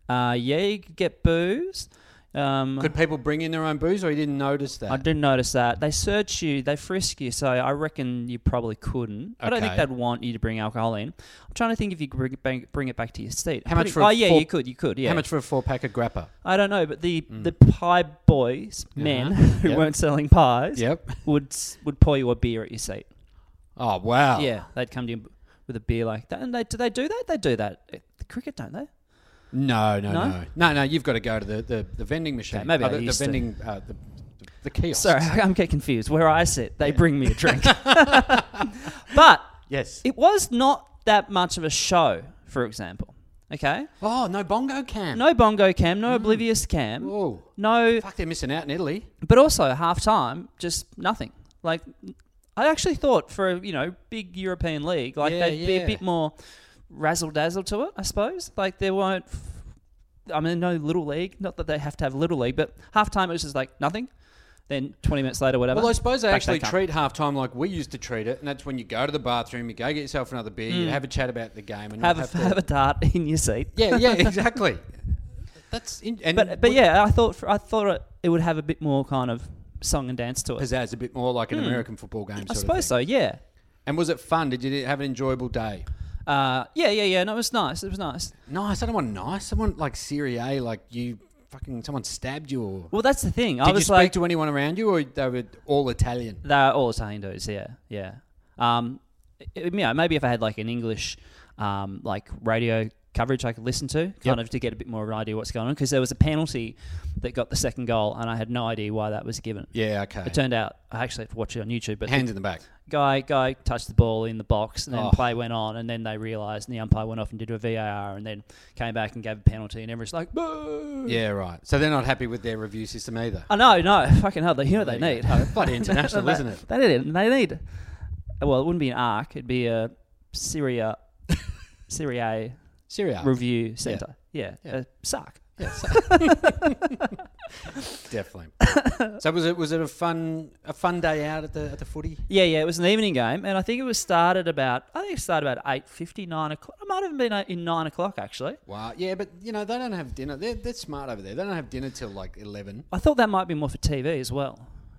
Speaker 1: Uh, yeah, you could get booze. Um,
Speaker 2: Could people bring in their own booze, or you didn't notice that?
Speaker 1: I didn't notice that. They search you, they frisk you, so I reckon you probably couldn't. I don't think
Speaker 2: Okay.
Speaker 1: they'd want you to bring alcohol in. I'm trying to think if you could bring it back, bring it back to your seat.
Speaker 2: How
Speaker 1: I'm
Speaker 2: much
Speaker 1: pretty-
Speaker 2: for a
Speaker 1: Oh yeah,
Speaker 2: four-
Speaker 1: you could, you could. Yeah.
Speaker 2: How much for a four pack of grappa?
Speaker 1: I don't know, but the the pie boys, men who
Speaker 2: Uh-huh. Yep.
Speaker 1: weren't selling pies,
Speaker 2: Yep.
Speaker 1: would s- would pour you a beer at your seat.
Speaker 2: Oh wow.
Speaker 1: Yeah, they'd come to you with a beer like that, and they do they do that? They do that at the cricket, don't they?
Speaker 2: No, no,
Speaker 1: No?
Speaker 2: no, no, no, You've got to go to the, the, the vending machine.
Speaker 1: Okay, maybe
Speaker 2: Uh,
Speaker 1: I
Speaker 2: the, the
Speaker 1: used to.
Speaker 2: vending uh, the, the kiosk.
Speaker 1: Sorry, I'm getting confused. Where I sit, they bring me a drink, but
Speaker 2: Yes.
Speaker 1: It was not that much of a show, for example. Okay.
Speaker 2: Oh, no bongo cam.
Speaker 1: No bongo cam,
Speaker 2: Mm.
Speaker 1: no oblivious cam,
Speaker 2: Whoa.
Speaker 1: no.
Speaker 2: Fuck, they're missing out in Italy.
Speaker 1: But also half time, just nothing. Like I actually thought for a you know big European league, like
Speaker 2: Yeah,
Speaker 1: they'd be a
Speaker 2: yeah.
Speaker 1: bit more razzle dazzle to it, I suppose. Like there weren't. I mean, no little league. Not that they have to have little league, but half time it was just like nothing. Then twenty minutes later, whatever.
Speaker 2: Well, I suppose they
Speaker 1: back
Speaker 2: actually
Speaker 1: come.
Speaker 2: treat half time like we used to treat it, and that's when you go to the bathroom, you go get yourself another beer, you have a chat about the game, and not
Speaker 1: Mm. have a,
Speaker 2: have, to,
Speaker 1: have a dart in your seat.
Speaker 2: yeah, yeah, exactly. That's in, and
Speaker 1: But but
Speaker 2: we-
Speaker 1: yeah, I thought I thought it, it would have a bit more kind of song and dance to it.
Speaker 2: pizzazz a bit more like an American football game. Sort
Speaker 1: Hmm. I
Speaker 2: of
Speaker 1: suppose
Speaker 2: thing.
Speaker 1: so. Yeah.
Speaker 2: And was it fun? Did you have an enjoyable day?
Speaker 1: Uh, yeah, yeah, yeah. No, it was nice. It was nice.
Speaker 2: Nice. I don't want nice. Someone like Serie A, like you fucking someone stabbed you. Or
Speaker 1: Well, that's the thing. I
Speaker 2: did you
Speaker 1: was
Speaker 2: speak
Speaker 1: like,
Speaker 2: to anyone around you, or they were all Italian?
Speaker 1: they're all Italian dudes. Yeah, yeah. Um, it, yeah. Maybe if I had like an English, um, like radio coverage I could listen to, kind
Speaker 2: Yep.
Speaker 1: of to get a bit more of an idea what's going on, because there was a penalty that got the second goal, and I had no idea why that was given.
Speaker 2: Yeah. Okay.
Speaker 1: It turned out I actually have to watch it on YouTube, but
Speaker 2: Hands in the back.
Speaker 1: guy guy touched the ball in the box and then
Speaker 2: Oh.
Speaker 1: play went on and then they realized and the umpire went off and did a VAR and then came back and gave a penalty and everyone's like boo
Speaker 2: Yeah. Right. So they're not happy with their review system either.
Speaker 1: I know no fucking hell they hear what they
Speaker 2: There you
Speaker 1: need
Speaker 2: go. Oh, bloody international,
Speaker 1: They-
Speaker 2: isn't it?
Speaker 1: they need it they need well it wouldn't be an arc it'd be a Syria Syria
Speaker 2: Syria.
Speaker 1: review center yeah, A suck
Speaker 2: Definitely. so was it was it a fun a fun day out at the at the footy?
Speaker 1: yeah yeah it was an evening game and I think it was started about I think it started about eight fifty nine o'clock I might have been uh, in nine o'clock actually
Speaker 2: Wow. Yeah, but you know they don't have dinner. They're, they're smart over there. They don't have dinner till like eleven.
Speaker 1: I thought that might be more for TV as well.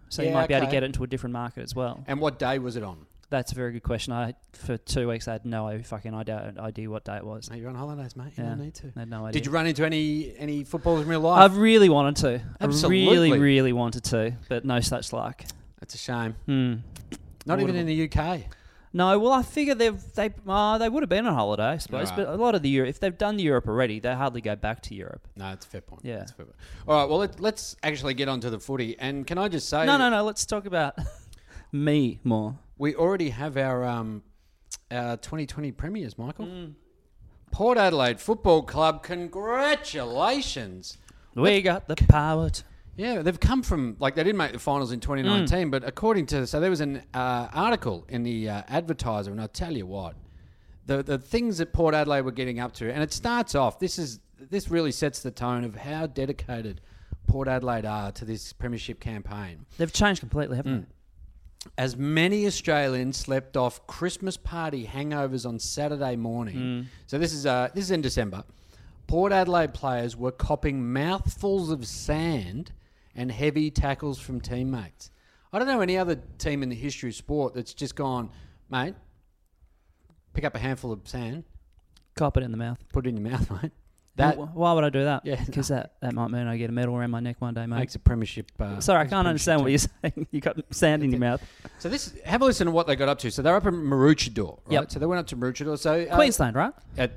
Speaker 1: So you
Speaker 2: Yeah,
Speaker 1: might be able to
Speaker 2: okay.
Speaker 1: get it into a different market as well.
Speaker 2: And what day was it on?
Speaker 1: That's a very good question. I for two weeks I had no idea- fucking idea, idea what day it was.
Speaker 2: No, you're on holidays, mate. You
Speaker 1: Yeah.
Speaker 2: don't need to.
Speaker 1: I had no idea.
Speaker 2: Did you run into any any footballers in real
Speaker 1: I
Speaker 2: life?
Speaker 1: really wanted to. I really,
Speaker 2: Absolutely.
Speaker 1: really wanted to, but no such luck.
Speaker 2: That's a shame.
Speaker 1: Hmm.
Speaker 2: Not even in the UK.
Speaker 1: No, well, I figure they've, they uh, they would have been on holiday, I suppose.
Speaker 2: Right.
Speaker 1: But a lot of the Europe, if they've done Europe already, they hardly go back to Europe.
Speaker 2: No, that's a fair point.
Speaker 1: Yeah.
Speaker 2: That's a fair point. All right. Well, let, let's actually get onto the footy. And can I just say,
Speaker 1: No, no, no. Let's talk about me more.
Speaker 2: we already have our um our 2020 premiers, Michael.
Speaker 1: Mm.
Speaker 2: Port Adelaide Football Club. Congratulations.
Speaker 1: We got the power. To,
Speaker 2: Yeah, they've come from like they didn't make the finals in 2019, but according to so there was an uh, article in the uh, Advertiser, and I'll tell you what, the the things that Port Adelaide were getting up to, and it starts off. This is this really sets the tone of how dedicated Port Adelaide are to this premiership campaign.
Speaker 1: they've changed completely, haven't
Speaker 2: Hmm.
Speaker 1: they?
Speaker 2: As many Australians slept off Christmas party hangovers on Saturday morning.
Speaker 1: Hmm.
Speaker 2: So this is uh, this is in December. Port Adelaide players were copping mouthfuls of sand and heavy tackles from teammates. I don't know any other team in the history of sport that's just gone, mate. Pick up a handful of sand,
Speaker 1: Cop it in the mouth.
Speaker 2: put it in your mouth, mate.
Speaker 1: Wh-
Speaker 2: That
Speaker 1: why would I do that?
Speaker 2: Yeah.
Speaker 1: because that, that might mean I get a medal around my neck one day, mate.
Speaker 2: makes a premiership. Uh,
Speaker 1: Sorry, I
Speaker 2: makes a
Speaker 1: can't
Speaker 2: premiership
Speaker 1: understand what you're saying. You got sand in your mouth.
Speaker 2: So this, have a listen to what they got up to. So they're up in Maroochydore, right?
Speaker 1: Yep.
Speaker 2: So they went up to Maroochydore. So uh,
Speaker 1: Queensland, right?
Speaker 2: At,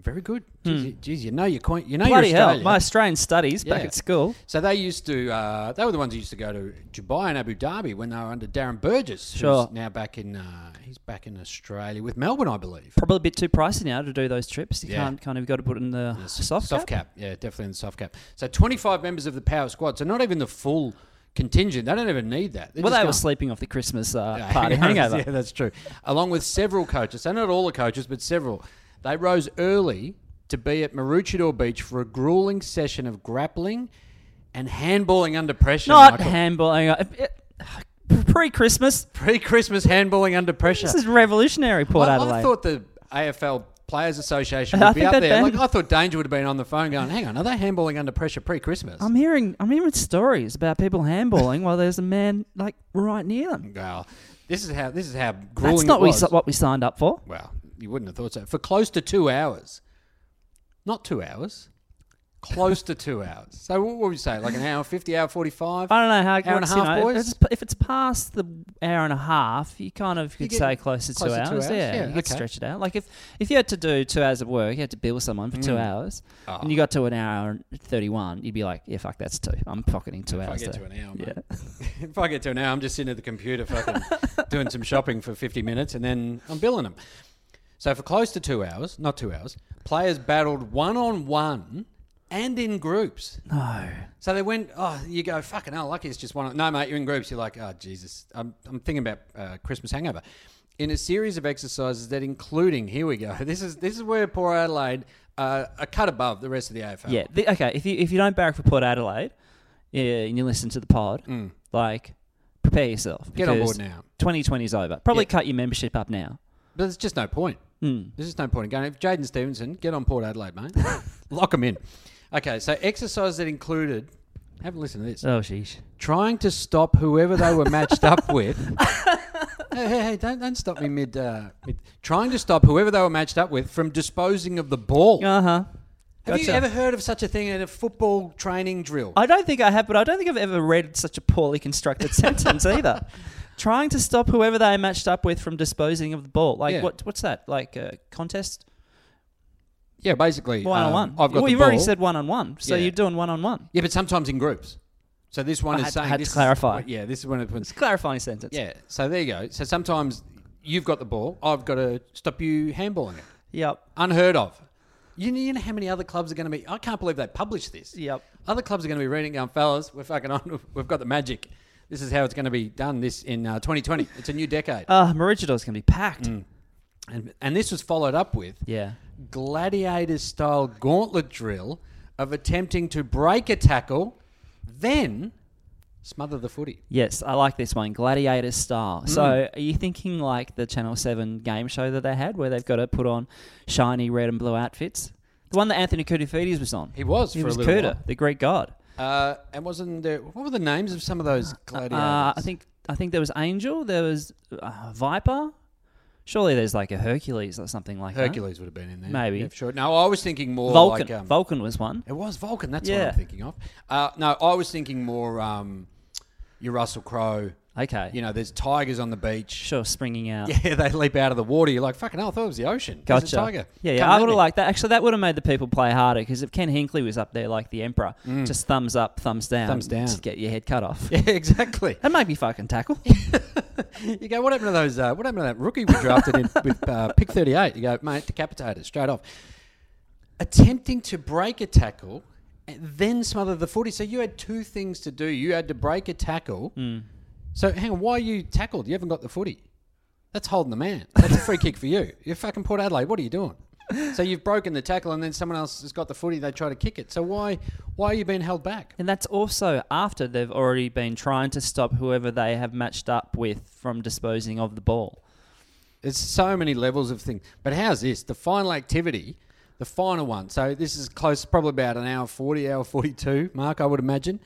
Speaker 2: very good. Jeez, you, geez, you know your coin. You know
Speaker 1: Hmm. Bloody
Speaker 2: your
Speaker 1: hell!
Speaker 2: Australian.
Speaker 1: My Australian studies back
Speaker 2: Yeah.
Speaker 1: at school.
Speaker 2: So they used to. Uh, they were the ones who used to go to Dubai and Abu Dhabi when they were under Darren Burgess.
Speaker 1: Sure.
Speaker 2: Who's now back in. Uh, he's back in Australia with Melbourne, I believe.
Speaker 1: Probably a bit too pricey now to do those trips. You
Speaker 2: Yeah.
Speaker 1: can't kind of got to put it in the soft,
Speaker 2: soft
Speaker 1: cap.
Speaker 2: cap. Yeah, definitely in the soft cap. So 25 members of the power squad. So not even the full contingent. They don't even need that. They're
Speaker 1: Well,
Speaker 2: just
Speaker 1: they were
Speaker 2: going-
Speaker 1: sleeping off the Christmas uh,
Speaker 2: Yeah,
Speaker 1: party hangover.
Speaker 2: Yeah, that's true. Along with several coaches, so not all the coaches, but several. They rose early to be at Maroochydore Beach for a grueling session of grappling and handballing under pressure.
Speaker 1: Not
Speaker 2: Michael.
Speaker 1: handballing. uh, it- Pre-Christmas.
Speaker 2: pre-Christmas handballing under pressure.
Speaker 1: This is revolutionary, Port
Speaker 2: I,
Speaker 1: Adelaide.
Speaker 2: I thought the AFL Players Association
Speaker 1: I
Speaker 2: would be
Speaker 1: think
Speaker 2: up
Speaker 1: they'd
Speaker 2: there. Like,
Speaker 1: ban-
Speaker 2: I thought Danger would have been on the phone going, "Hang on, are they handballing under pressure pre-Christmas?"
Speaker 1: I'm hearing. I'm hearing stories about people handballing while there's a man like right near them.
Speaker 2: Wow. this is how this is how grueling.
Speaker 1: That's not
Speaker 2: it
Speaker 1: we,
Speaker 2: was.
Speaker 1: si- what we signed up for.
Speaker 2: Well, you wouldn't have thought so. For close to two hours. Not two hours. Close to two hours. So what would you say? Like an hour, 50, hour, 45?
Speaker 1: I don't know how.
Speaker 2: Hour and a
Speaker 1: what's,
Speaker 2: half,
Speaker 1: you know,
Speaker 2: boys?
Speaker 1: If it's, if it's past the hour and a half, you kind of could
Speaker 2: get
Speaker 1: say closer to two
Speaker 2: closer to
Speaker 1: hours.
Speaker 2: two hours,
Speaker 1: Yeah,
Speaker 2: yeah,
Speaker 1: you could
Speaker 2: okay.
Speaker 1: stretch it out. Like if if you had to do two hours of work, you had to bill someone for
Speaker 2: Mm.
Speaker 1: two hours,
Speaker 2: Ah.
Speaker 1: and you got to an hour and thirty-one, you'd be like, "Yeah, fuck, that's two. I'm pocketing two
Speaker 2: If I
Speaker 1: hours."
Speaker 2: get
Speaker 1: there."
Speaker 2: to an hour, mate.
Speaker 1: yeah,
Speaker 2: if I get to an hour, I'm just sitting at the computer fucking doing some shopping for 50 minutes and then I'm billing them. So for close to two hours, not two hours, players battled one on one and in groups.
Speaker 1: No.
Speaker 2: So they went, oh, you go, fucking hell, lucky it's just one. No, mate, you're in groups. You're like, oh, Jesus. I'm, I'm thinking about uh, Christmas hangover. In a series of exercises that including, here we go, this is this is where poor Adelaide uh, are cut above the rest of the AFL.
Speaker 1: Yeah. The, okay. If you if you don't barrack for Port Adelaide, yeah, and you listen to the pod, like prepare yourself.
Speaker 2: Mm. Get on
Speaker 1: because
Speaker 2: board now.
Speaker 1: 2020 is over. Probably cut your membership up now. Hmm.
Speaker 2: But there's just no point. There's just no point in going. If Jaden Stevenson, get on Port Adelaide, mate. Lock him in. Okay, so exercises that included, have a listen to this.
Speaker 1: Oh sheesh.
Speaker 2: trying to stop whoever they were matched up with. hey, hey, hey, don't, don't stop me mid, uh, mid. Trying to stop whoever they were matched up with from disposing of the ball.
Speaker 1: Uh huh.
Speaker 2: have you
Speaker 1: gotcha. Uh,
Speaker 2: ever heard of such a thing in a football training drill?
Speaker 1: I don't think I have, but I don't think I've ever read such a poorly constructed sentence either. Trying to stop whoever they matched up with from disposing of the ball. Like
Speaker 2: Yeah.
Speaker 1: what? What's that? Like a contest
Speaker 2: yeah, basically.
Speaker 1: one on
Speaker 2: um,
Speaker 1: one.
Speaker 2: I've got
Speaker 1: well,
Speaker 2: the
Speaker 1: you've already
Speaker 2: ball.
Speaker 1: said one on one, so
Speaker 2: Yeah.
Speaker 1: you're doing one on one.
Speaker 2: Yeah, but sometimes in groups. So this one
Speaker 1: I
Speaker 2: is
Speaker 1: had to-
Speaker 2: saying.
Speaker 1: had to
Speaker 2: this is-
Speaker 1: clarify.
Speaker 2: yeah, this is one of the
Speaker 1: It's a clarifying sentence.
Speaker 2: Yeah, so there you go. So sometimes you've got the ball, I've got to stop you handballing it.
Speaker 1: Yep.
Speaker 2: Unheard of. You know, you know how many other clubs are going to be. I can't believe they published this.
Speaker 1: Yep.
Speaker 2: Other clubs are going to be reading, going, fellas, we're fucking on. We've got the magic. This is how it's going to be done. This in uh, 2020. It's a new decade.
Speaker 1: Uh, Maroochidore's gonna be packed.
Speaker 2: Mm. and, and this was followed up with
Speaker 1: Yeah.
Speaker 2: gladiator style gauntlet drill of attempting to break a tackle, then smother the footy.
Speaker 1: Yes, I like this one, Gladiator style. So,
Speaker 2: Mm.
Speaker 1: are you thinking like the Channel Seven game show that they had, where they've got to put on shiny red and blue outfits? The one that Anthony Koutoufides was on.
Speaker 2: He was
Speaker 1: He
Speaker 2: for
Speaker 1: was
Speaker 2: a little
Speaker 1: Kouta, the Greek god.
Speaker 2: while. Uh, and wasn't there. What were the names of some of those gladiators?
Speaker 1: Uh, I think I think there was Angel. There was uh, Viper. Surely there's like a Hercules or something like
Speaker 2: Hercules would have been in there.
Speaker 1: Maybe.
Speaker 2: Yeah, sure. No, I was thinking more
Speaker 1: that. Vulcan.
Speaker 2: like. Um,
Speaker 1: Vulcan was one.
Speaker 2: It was Vulcan. That's what
Speaker 1: Yeah.
Speaker 2: I'm thinking of. Uh, no, I was thinking more. Um, your Russell Crowe.
Speaker 1: Okay.
Speaker 2: You know, there's tigers on the beach.
Speaker 1: sure, springing out.
Speaker 2: Yeah, they leap out of the water. You're like, fucking hell, I thought it was the ocean. There's
Speaker 1: Gotcha.
Speaker 2: a tiger.
Speaker 1: Yeah,
Speaker 2: Come
Speaker 1: yeah. I
Speaker 2: at
Speaker 1: would
Speaker 2: me.
Speaker 1: have liked that. Actually, that would have made the people play harder because if Ken Hinkley was up there like the emperor, just thumbs up, thumbs down,
Speaker 2: Mm. Thumbs down.
Speaker 1: just get your head cut off.
Speaker 2: Yeah, exactly.
Speaker 1: That might be fucking tackle.
Speaker 2: You go, what happened to those? Uh, what happened to that rookie we drafted in with uh, pick 38? You go, mate, decapitated straight off. Attempting to break a tackle, and then smother the footy. So you had two things to do. You had to break a tackle. So hang on, why are you tackled? You haven't got the footy. That's holding the man. That's a free kick for you. You're fucking Port Adelaide. What are you doing? So you've broken the tackle, and then someone else has got the footy. They try to kick it. So why, why are you being held back?
Speaker 1: and that's also after they've already been trying to stop whoever they have matched up with from disposing of the ball.
Speaker 2: There's so many levels of things. But how's this? The final activity, the final one. So this is close, probably about an hour 40, hour 42, Mark, I would imagine.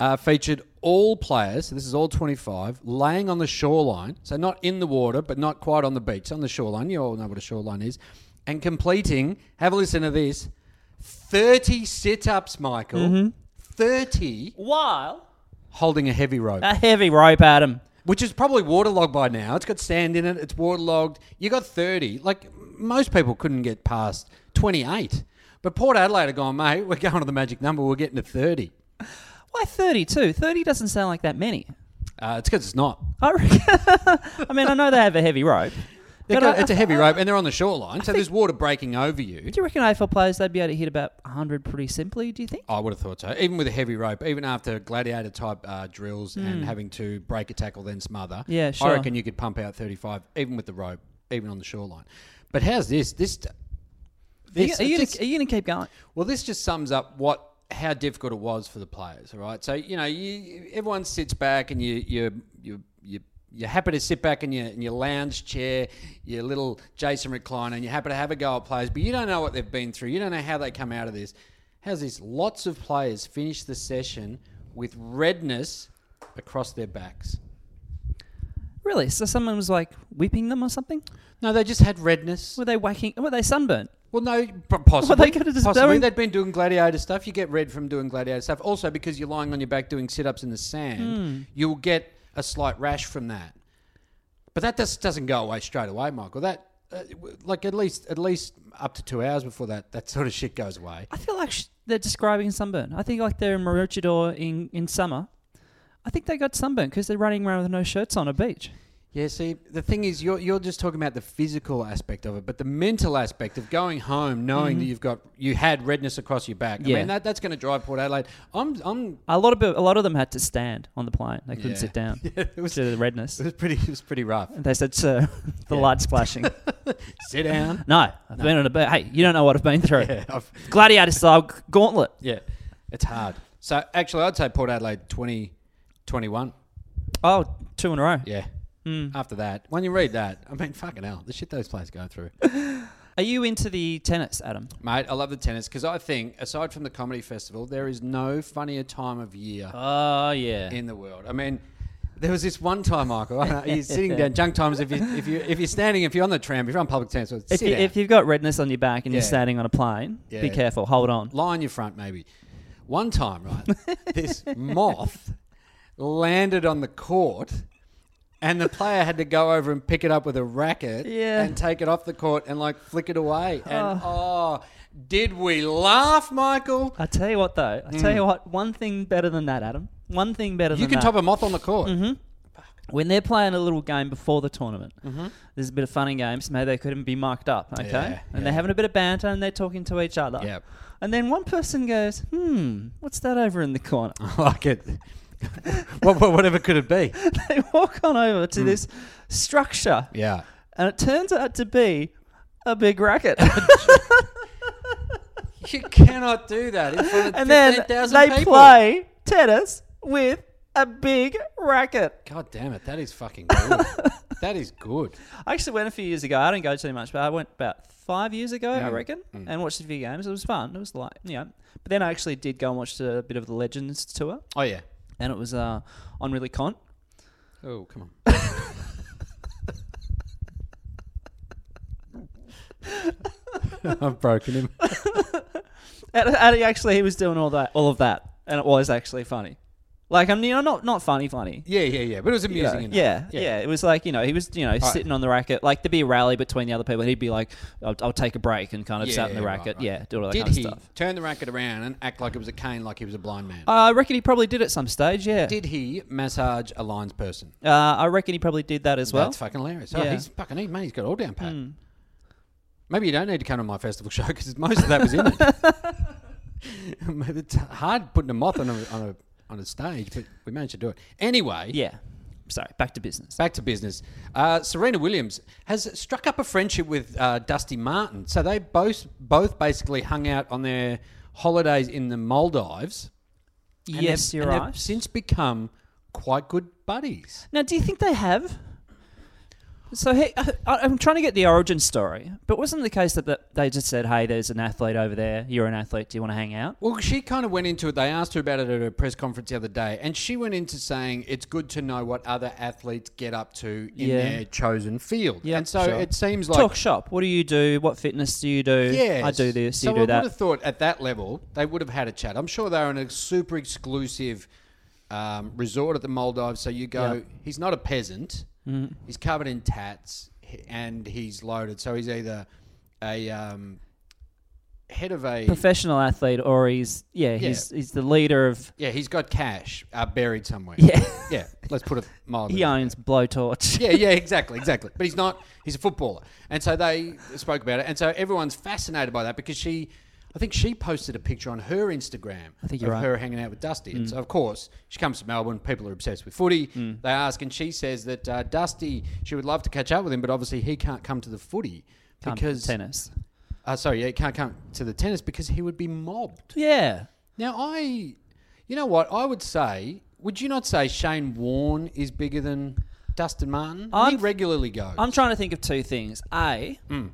Speaker 2: Uh, featured all players, so this is all 25, laying on the shoreline. So not in the water, but not quite on the beach, on the shoreline. You all know what a shoreline is. And completing, have a listen to this 30 sit ups, Michael. 30
Speaker 1: While
Speaker 2: holding a heavy rope
Speaker 1: a heavy rope, Adam.
Speaker 2: which is probably waterlogged by now. It's got sand in it. It's waterlogged. You got 30. Like most people couldn't get past 28. But Port Adelaide are going, mate, we're going to the magic number. We're getting to 30.
Speaker 1: Why 32? 30 doesn't sound like that many.
Speaker 2: Uh, it's because it's not.
Speaker 1: I reckon. I mean, I know they have a heavy rope.
Speaker 2: They've
Speaker 1: But
Speaker 2: got-
Speaker 1: I-
Speaker 2: it's a heavy rope, and they're on the shoreline, so there's water breaking over you.
Speaker 1: Do you reckon AFL players, they'd be able to hit about 100 pretty simply, do you think?
Speaker 2: I would have thought so. Even with a heavy rope, even after gladiator type uh, drills and having to break a tackle, then smother.
Speaker 1: Hmm. Yeah,
Speaker 2: I
Speaker 1: sure.
Speaker 2: reckon you could pump out 35, even with the rope, even on the shoreline. But how's this? This. this
Speaker 1: are you, are you
Speaker 2: just-
Speaker 1: gonna, are you gonna keep going?
Speaker 2: Well, this just sums up what how difficult it was for the players. All right, so you know, you, everyone sits back and you you you you. You're happy to sit back in your, in your lounge chair, your little Jason recliner, and you're happy to have a go at players, but you don't know what they've been through. You don't know how they come out of this. How's this? Lots of players finish the session with redness across their backs.
Speaker 1: Really? So someone was like whipping them or something?
Speaker 2: No, they just had redness.
Speaker 1: Were they whacking? Were they sunburnt?
Speaker 2: Well, no, p- possibly.
Speaker 1: Well, they could've just
Speaker 2: possibly.
Speaker 1: done-
Speaker 2: They'd been doing gladiator stuff. You get red from doing gladiator stuff. Also, because you're lying on your back doing sit ups in the sand, you'll get a slight rash from that. But that just doesn't go away straight away, Michael. That. Uh, w- like at least at least up to two hours before that that sort of shit goes away.
Speaker 1: I feel like sh- they're describing sunburn. I think like they're in Maroochydore in, in summer. I think they got sunburn because they're running around with no shirts on a beach.
Speaker 2: Yeah, see, the thing is, you're, you're just talking about the physical aspect of it, but the mental aspect of going home knowing that you've got you had redness across your back.
Speaker 1: Yeah.
Speaker 2: I mean, that, that's going to drive Port Adelaide. I'm, I'm.
Speaker 1: A lot of peop- a lot of them had to stand on the plane. They couldn't
Speaker 2: Yeah.
Speaker 1: sit down.
Speaker 2: It was,
Speaker 1: due to the redness.
Speaker 2: it was pretty. It was pretty rough.
Speaker 1: And they said, "Sir, the
Speaker 2: Yeah.
Speaker 1: light's flashing."
Speaker 2: Sit down.
Speaker 1: no, I've been on a boat. Hey, you don't know what I've been through.
Speaker 2: Yeah, I've-
Speaker 1: Gladiator style g- gauntlet.
Speaker 2: yeah, it's hard. So actually, I'd say Port Adelaide 2021.
Speaker 1: Oh, two in a row.
Speaker 2: yeah.
Speaker 1: Hmm.
Speaker 2: After that, when you read that, I mean, fucking hell, the shit those players go through.
Speaker 1: Are you into the tennis, Adam?
Speaker 2: Mate, I love the tennis because I think, aside from the comedy festival, there is no funnier time of year
Speaker 1: Oh yeah.
Speaker 2: in the world. I mean, there was this one time, Michael. I know, you're sitting down, junk times. If you if you if you're standing, if you're on the tram, if you're on public transport,
Speaker 1: if,
Speaker 2: sit
Speaker 1: you,
Speaker 2: down.
Speaker 1: if you've got redness on your back and you're
Speaker 2: Yeah.
Speaker 1: standing on a plane, be
Speaker 2: Yeah.
Speaker 1: careful. Hold on.
Speaker 2: lie on your front, maybe. One time, right, this moth landed on the court, and the player had to go over and pick it up with a racket
Speaker 1: Yeah.
Speaker 2: and take it off the court and like flick it away. And oh, did we laugh, Michael?
Speaker 1: I tell you what, though. I tell you what. One thing better than that, Adam. One thing better
Speaker 2: You
Speaker 1: than
Speaker 2: can
Speaker 1: that. Mm-hmm.
Speaker 2: top a moth on the court.
Speaker 1: when they're playing a little game before the tournament, there's a bit of fun and games. Maybe they couldn't be marked up, okay?
Speaker 2: Yeah,
Speaker 1: and they're having a bit of banter and they're talking to each other.
Speaker 2: Yep.
Speaker 1: And then one person goes, "Hmm, what's that over in the corner?"
Speaker 2: I like it. what, what- whatever could it be?
Speaker 1: they walk on over to this structure,
Speaker 2: Yeah.
Speaker 1: and it turns out to be a big racket.
Speaker 2: You cannot do that in front of
Speaker 1: and then
Speaker 2: 15,000
Speaker 1: they
Speaker 2: people.
Speaker 1: play tennis with a big racket.
Speaker 2: God damn it, that is fucking good. that is good.
Speaker 1: I actually went a few years ago. I don't go too much, but I went about five years ago, I reckon, and watched a few games. It was fun. It was like, yeah. But then I actually did go and watch a bit of the Legends tour,
Speaker 2: Oh yeah.
Speaker 1: and it was uh, on Really Con.
Speaker 2: Oh come on. I've broken him.
Speaker 1: And, and he actually he was doing all that, all of that, and it was actually funny. Like I'm, you know, not not funny, funny.
Speaker 2: Yeah, yeah, yeah. But it was
Speaker 1: You know,
Speaker 2: amusing. enough.
Speaker 1: yeah, yeah, It was like you know he was you know sitting on the racket. Like there'd be a rally between the other people. He'd be like, "I'll, I'll take a break," and kind of sat in the
Speaker 2: Yeah,
Speaker 1: racket.
Speaker 2: right, right.
Speaker 1: Yeah, do all that
Speaker 2: Did
Speaker 1: kind
Speaker 2: he
Speaker 1: of stuff.
Speaker 2: turn the racket around and act like it was a cane, like he was a blind man?
Speaker 1: Uh, I reckon he probably did at some stage. Yeah,
Speaker 2: Did he massage a lines person?
Speaker 1: Uh, I reckon he probably did that as well.
Speaker 2: That's fucking hilarious. Oh,
Speaker 1: Yeah. Hmm.
Speaker 2: he's fucking neat, man. He's got it all down pat. Maybe you don't need to come to my festival show because most of that was in it. Maybe it's hard putting a moth on a, on a on a stage, but we managed to do it anyway.
Speaker 1: Yeah. Sorry, back to business.
Speaker 2: Back to business. Uh, Serena Williams has struck up a friendship with uh, Dusty Martin, so they both both basically hung out on their holidays in the Maldives. and
Speaker 1: yes,
Speaker 2: they've-
Speaker 1: you're
Speaker 2: and they've
Speaker 1: right.
Speaker 2: Since become quite good buddies.
Speaker 1: now, do you think they have? So hey, I, I- I'm trying to get the origin story, but wasn't the case that the, they just said, "Hey, there's an athlete over there. You're an athlete. Do you want to hang out?"
Speaker 2: Well, she kind of went into it. They asked her about it at a press conference the other day, and she went into saying it's good to know what other athletes get up to in
Speaker 1: Yeah.
Speaker 2: their chosen field.
Speaker 1: Yeah,
Speaker 2: and so
Speaker 1: sure.
Speaker 2: it seems like
Speaker 1: Talk shop. What do you do? What fitness do you do?
Speaker 2: yeah,
Speaker 1: I do this.
Speaker 2: So
Speaker 1: you
Speaker 2: I
Speaker 1: do
Speaker 2: would
Speaker 1: that.
Speaker 2: have thought at that level they would have had a chat. I'm sure they're in a super exclusive um, resort at the Maldives. So you go.
Speaker 1: Yeah. Mm-hmm.
Speaker 2: He's not a peasant. He's covered in tats h- and he's loaded. So he's either a um, head of a
Speaker 1: Professional athlete, or he's yeah, he's he's the leader of
Speaker 2: Yeah, he's got cash uh, buried somewhere.
Speaker 1: Yeah.
Speaker 2: Yeah, let's put it mildly.
Speaker 1: he owns blowtorch.
Speaker 2: Yeah, yeah, exactly, exactly. But he's not, he's a footballer. And so they spoke about it. And so everyone's fascinated by that because she, I think she posted a picture on her Instagram I
Speaker 1: think
Speaker 2: of
Speaker 1: you're right. Mm.
Speaker 2: her hanging out with Dusty. And so, of course, she comes to Melbourne. People are obsessed with footy. They ask, and she says that uh, Dusty, she would love to catch up with him, but obviously he can't come to the footy
Speaker 1: Um,
Speaker 2: because.
Speaker 1: tennis.
Speaker 2: Uh, sorry, yeah, he can't come to the tennis because he would be mobbed.
Speaker 1: Yeah.
Speaker 2: Now I, you know what I would say. Would you not say Shane Warne is bigger than Dustin Martin? i he
Speaker 1: I'm-
Speaker 2: regularly goes.
Speaker 1: I'm trying to think of two things. A,
Speaker 2: Mm.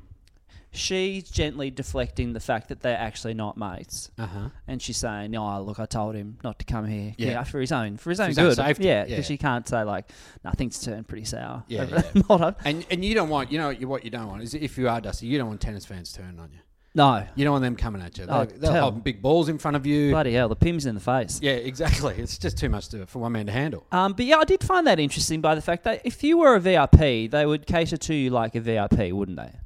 Speaker 1: she's gently deflecting the fact that they're actually not mates,
Speaker 2: uh-huh.
Speaker 1: and she's saying, "No, look, I told him not to come here. Yeah,
Speaker 2: Yeah.
Speaker 1: for his own, for his own
Speaker 2: his own
Speaker 1: good.
Speaker 2: safety,
Speaker 1: Yeah,
Speaker 2: yeah.
Speaker 1: because she can't say like nothing's turned pretty sour.
Speaker 2: Yeah,
Speaker 1: over
Speaker 2: yeah.
Speaker 1: the matter."
Speaker 2: And and you don't want you know what you- what you don't want is if you are Dusty, you don't want tennis fans turning on you.
Speaker 1: no,
Speaker 2: You don't want them coming at you. They,
Speaker 1: Oh,
Speaker 2: they'll
Speaker 1: tell.
Speaker 2: hold big balls in front of you.
Speaker 1: bloody hell, the pim's in the face.
Speaker 2: yeah, exactly. It's just too much to, for one man to handle.
Speaker 1: Um, but yeah, I did find that interesting by the fact that if you were a VIP, they would cater to you like a VIP, wouldn't they?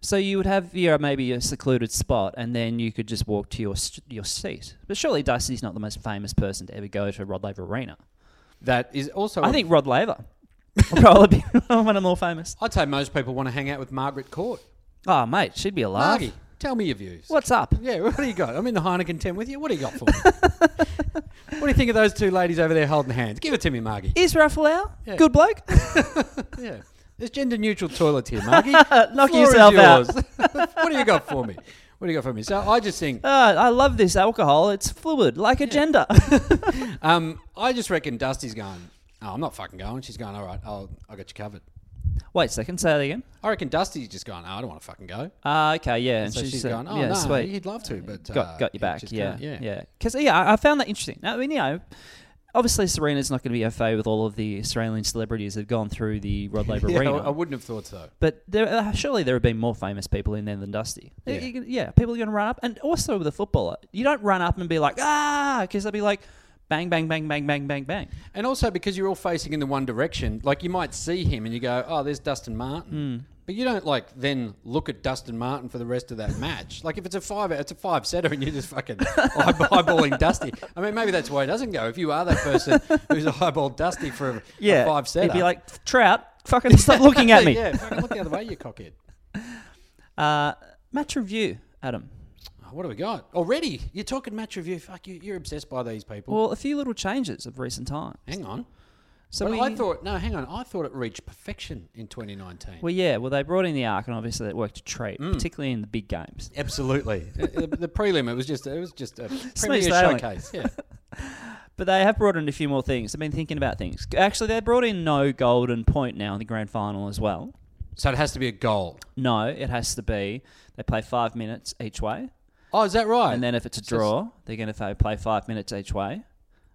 Speaker 1: So you would have your maybe a secluded spot, and then you could just walk to your s- your seat. But surely Dusty's not the most famous person to ever go to Rod Laver Arena.
Speaker 2: That is also.
Speaker 1: I think Rod Laver I'll probably be when I'm all famous.
Speaker 2: I'd say most people want to hang out with Margaret Court.
Speaker 1: Oh, mate, she'd be a laugh.
Speaker 2: Margie, tell me your views.
Speaker 1: What's up?
Speaker 2: Yeah, what do you got? I'm in the Heineken 10 with you. What do you got for me? what do you think of those two ladies over there holding hands? Give it to me, Margie.
Speaker 1: Is Raphael out?
Speaker 2: Yeah.
Speaker 1: Good bloke. Uh,
Speaker 2: Yeah. There's gender neutral toilets here, Margie.
Speaker 1: Knock
Speaker 2: Floor is
Speaker 1: yourself out.
Speaker 2: yours. what do you got for me? What do you got for me? So I just think,
Speaker 1: Uh, I love this alcohol. It's fluid, like a gender.
Speaker 2: um, I just reckon Dusty's going, oh, I'm not fucking going. She's going, all right, I'll, I'll get you covered.
Speaker 1: Wait a second, say that again.
Speaker 2: I reckon Dusty's just going, oh, I don't want to fucking go.
Speaker 1: Uh, okay, yeah. and
Speaker 2: So she's,
Speaker 1: uh,
Speaker 2: going, oh,
Speaker 1: yeah,
Speaker 2: no,
Speaker 1: sweet.
Speaker 2: he'd love to, but... uh,
Speaker 1: got got your
Speaker 2: yeah,
Speaker 1: back.
Speaker 2: just
Speaker 1: Yeah,
Speaker 2: can't."
Speaker 1: yeah, Because yeah, I, I found that interesting. I mean, you know, obviously Serena's not going to be au fait with all of the Australian celebrities that've gone through the Rod Laver
Speaker 2: Yeah, I,
Speaker 1: arena.
Speaker 2: I wouldn't have thought so.
Speaker 1: but there, uh, surely there have been more famous people in there than Dusty. Yeah,
Speaker 2: Yeah.
Speaker 1: yeah people are going to run up, and also with a footballer, you don't run up and be like ah, because they'll be like bang, bang, bang, bang, bang, bang, bang.
Speaker 2: And also because you're all facing in the one direction, like you might see him and you go, "Oh, there's Dustin
Speaker 1: Hmm.
Speaker 2: Martin," but you don't like then look at Dustin Martin for the rest of that match. Like if it's a five, it's a five setter, and you're just fucking eye- eyeballing Dusty. I mean, maybe that's why he doesn't go. If you are that person who's eyeballed Dusty for a,
Speaker 1: Yeah,
Speaker 2: a five setter,
Speaker 1: He'd be like Trout, fucking uh, stop looking at me.
Speaker 2: yeah, fucking look the other way, you cockhead.
Speaker 1: Uh, match review, Adam.
Speaker 2: Oh, What do we got already? You're talking match review. Fuck you. You're obsessed by these people.
Speaker 1: Well, a few little changes of recent time.
Speaker 2: hang on.
Speaker 1: So
Speaker 2: Well,
Speaker 1: we,
Speaker 2: I thought no. Hang on. I thought it reached perfection in 2019.
Speaker 1: Well, yeah. Well, they brought in the arc, and obviously it worked a treat, particularly in the big games.
Speaker 2: Absolutely. Uh, the, the prelim, it was just it was just a premier
Speaker 1: sailing.
Speaker 2: showcase. Yeah.
Speaker 1: But they have brought in a few more things. I've been thinking about things. Actually, they brought in no golden point now in the grand final as well.
Speaker 2: So it has to be a goal.
Speaker 1: No, it has to be they play five minutes each way,
Speaker 2: Oh, is that right?
Speaker 1: and then if it's a draw, they're going to play five minutes each way,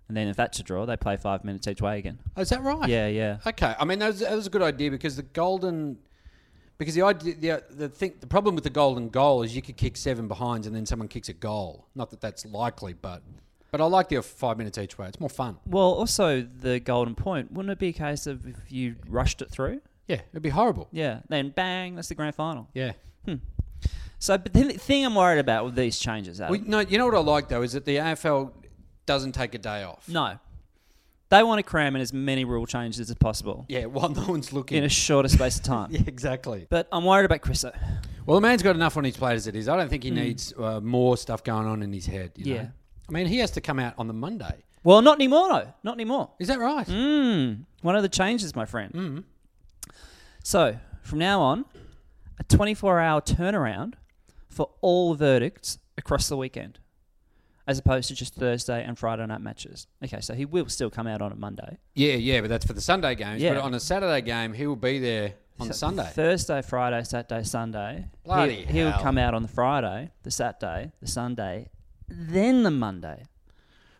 Speaker 1: and then if that's a draw, they play five minutes each way again.
Speaker 2: oh, is that right?
Speaker 1: Yeah, yeah.
Speaker 2: Okay. I mean, that was, that was a good idea because the golden, because the idea, the the thing, the problem with the golden goal is you could kick seven behinds and then someone kicks a goal. Not that that's likely, but but I like the five minutes each way. It's more fun.
Speaker 1: Well, also the golden point. Wouldn't it be a case of if you rushed it through?
Speaker 2: Yeah, it'd be horrible.
Speaker 1: Yeah. Then bang, that's the grand final.
Speaker 2: Yeah.
Speaker 1: So, but the thing I'm worried about with these changes, Adam.
Speaker 2: We, no, you know what I like though is that the AFL doesn't take a day off.
Speaker 1: No. They want to cram in as many rule changes as possible
Speaker 2: Yeah, while no one's looking.
Speaker 1: in a shorter space of time.
Speaker 2: yeah, exactly.
Speaker 1: But I'm worried about Chris.
Speaker 2: Well, the man's got enough on his plate as it is. I don't think he needs uh, more stuff going on in his head. You
Speaker 1: Hmm. Yeah.
Speaker 2: Know? I mean, he has to come out on the Monday.
Speaker 1: Well, not anymore, though. Not anymore.
Speaker 2: Is that right?
Speaker 1: Mm, one of the changes, my friend. Mm. So, from now on, a 24 hour turnaround for all verdicts across the weekend, as opposed to just Thursday and Friday night matches. Okay, so he will still come out on a Monday.
Speaker 2: Yeah, yeah, but that's for the Sunday games.
Speaker 1: Yeah.
Speaker 2: But on a Saturday game, he will be there on
Speaker 1: So
Speaker 2: Sunday.
Speaker 1: Thursday, Friday, Saturday, Sunday.
Speaker 2: Bloody
Speaker 1: he, will
Speaker 2: hell.
Speaker 1: come out on the Friday, the Saturday, the Sunday, then the Monday.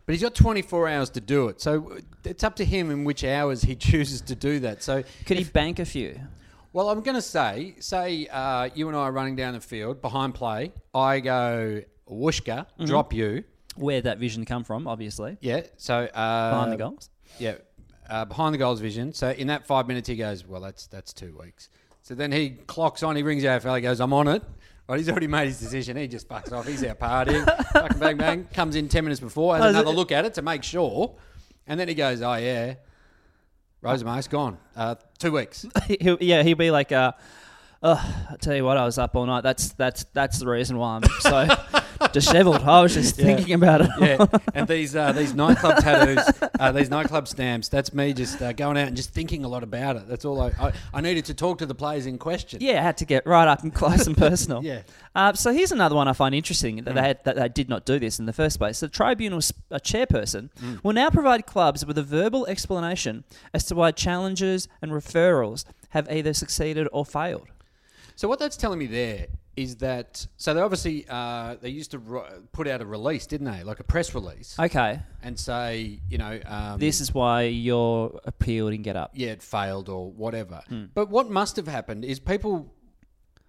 Speaker 2: But he's got 24 hours to do it. So uh, it's up to him in which hours he chooses to do that. So,
Speaker 1: Could he bank a few?
Speaker 2: well, I'm going to say, say uh, you and I are running down the field behind play. I go, Wooshka,
Speaker 1: Mm-hmm.
Speaker 2: drop you.
Speaker 1: Where that vision come from, obviously.
Speaker 2: Yeah. So, uh,
Speaker 1: Behind the goals.
Speaker 2: Yeah, uh, behind the goals vision. So in that five minutes, he goes, "Well, that's that's two weeks." So then he clocks on. He rings AFL. He goes, "I'm on it." Right, he's already made his decision. He just fucks off. He's out partying. Fucking bang bang. Comes in ten minutes before. Has
Speaker 1: Oh, is
Speaker 2: another
Speaker 1: it-
Speaker 2: look at it to make sure, and then he goes, "Oh yeah, Rosemark's gone. Uh, two weeks."
Speaker 1: he'll, yeah, he'll be like, uh, oh, I tell you what, I was up all night. That's that's that's the reason why I'm so dishevelled. I was just thinking about it.
Speaker 2: Yeah, and these uh, these nightclub tattoos, uh, these nightclub stamps. That's me just uh, going out and just thinking a lot about it. That's all I, I I needed to talk to the players in question.
Speaker 1: Yeah, I had to get right up and close and personal.
Speaker 2: Yeah.
Speaker 1: Uh, so here's another one I find interesting that they had, that they did not do this in the first place. The tribunal's uh, chairperson will now provide clubs with a verbal explanation as to why challenges and referrals have either succeeded or failed.
Speaker 2: So what that's telling me there is that so they obviously uh, they used to ro- put out a release, didn't they? Like a press release,
Speaker 1: Okay,
Speaker 2: and say you know um,
Speaker 1: this is why your appeal didn't get up.
Speaker 2: yeah it failed or whatever. But what must have happened is people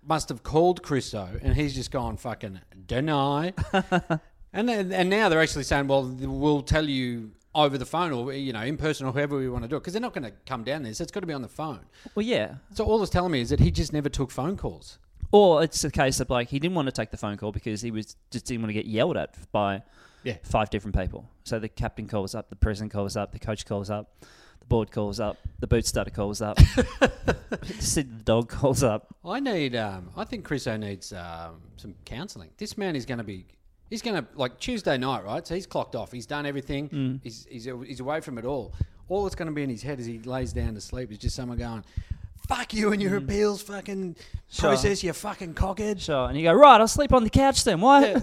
Speaker 2: must have called Chriso and he's just gone fucking deny. and then, and now they're actually saying, well, we'll tell you over the phone or you know in person or whoever we want to do it because they're not going to come down there. So it's got to be on the phone.
Speaker 1: Well, yeah.
Speaker 2: So all it's telling me is that he just never took phone calls.
Speaker 1: Or it's a case of like he didn't want to take the phone call because he was just didn't want to get yelled at by
Speaker 2: Yeah.
Speaker 1: five different people. So the captain calls up, the president calls up, the coach calls up, The board calls up. The boot stutter calls up. Sid the dog calls up.
Speaker 2: I need. Um, I think Chriso needs um, some counselling. This man is going to be. He's going to like Tuesday night, right? So he's clocked off. He's done everything. He's, he's he's away from it all. All that's going to be in his head as he lays down to sleep is just someone going, "Fuck you and your appeals, fucking
Speaker 1: Sure.
Speaker 2: process, you fucking cockhead."
Speaker 1: Sure. And you go, right, I'll sleep on the couch then. Why?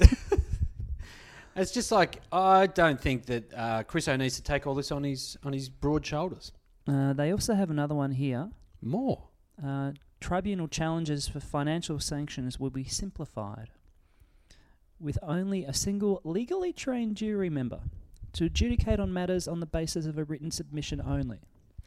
Speaker 2: It's just like I don't think that uh, Chriso needs to take all this on his on his broad shoulders.
Speaker 1: uh, they also have another one here.
Speaker 2: More.
Speaker 1: Uh, tribunal challenges for financial sanctions will be simplified with only a single legally trained jury member to adjudicate on matters on the basis of a written submission only.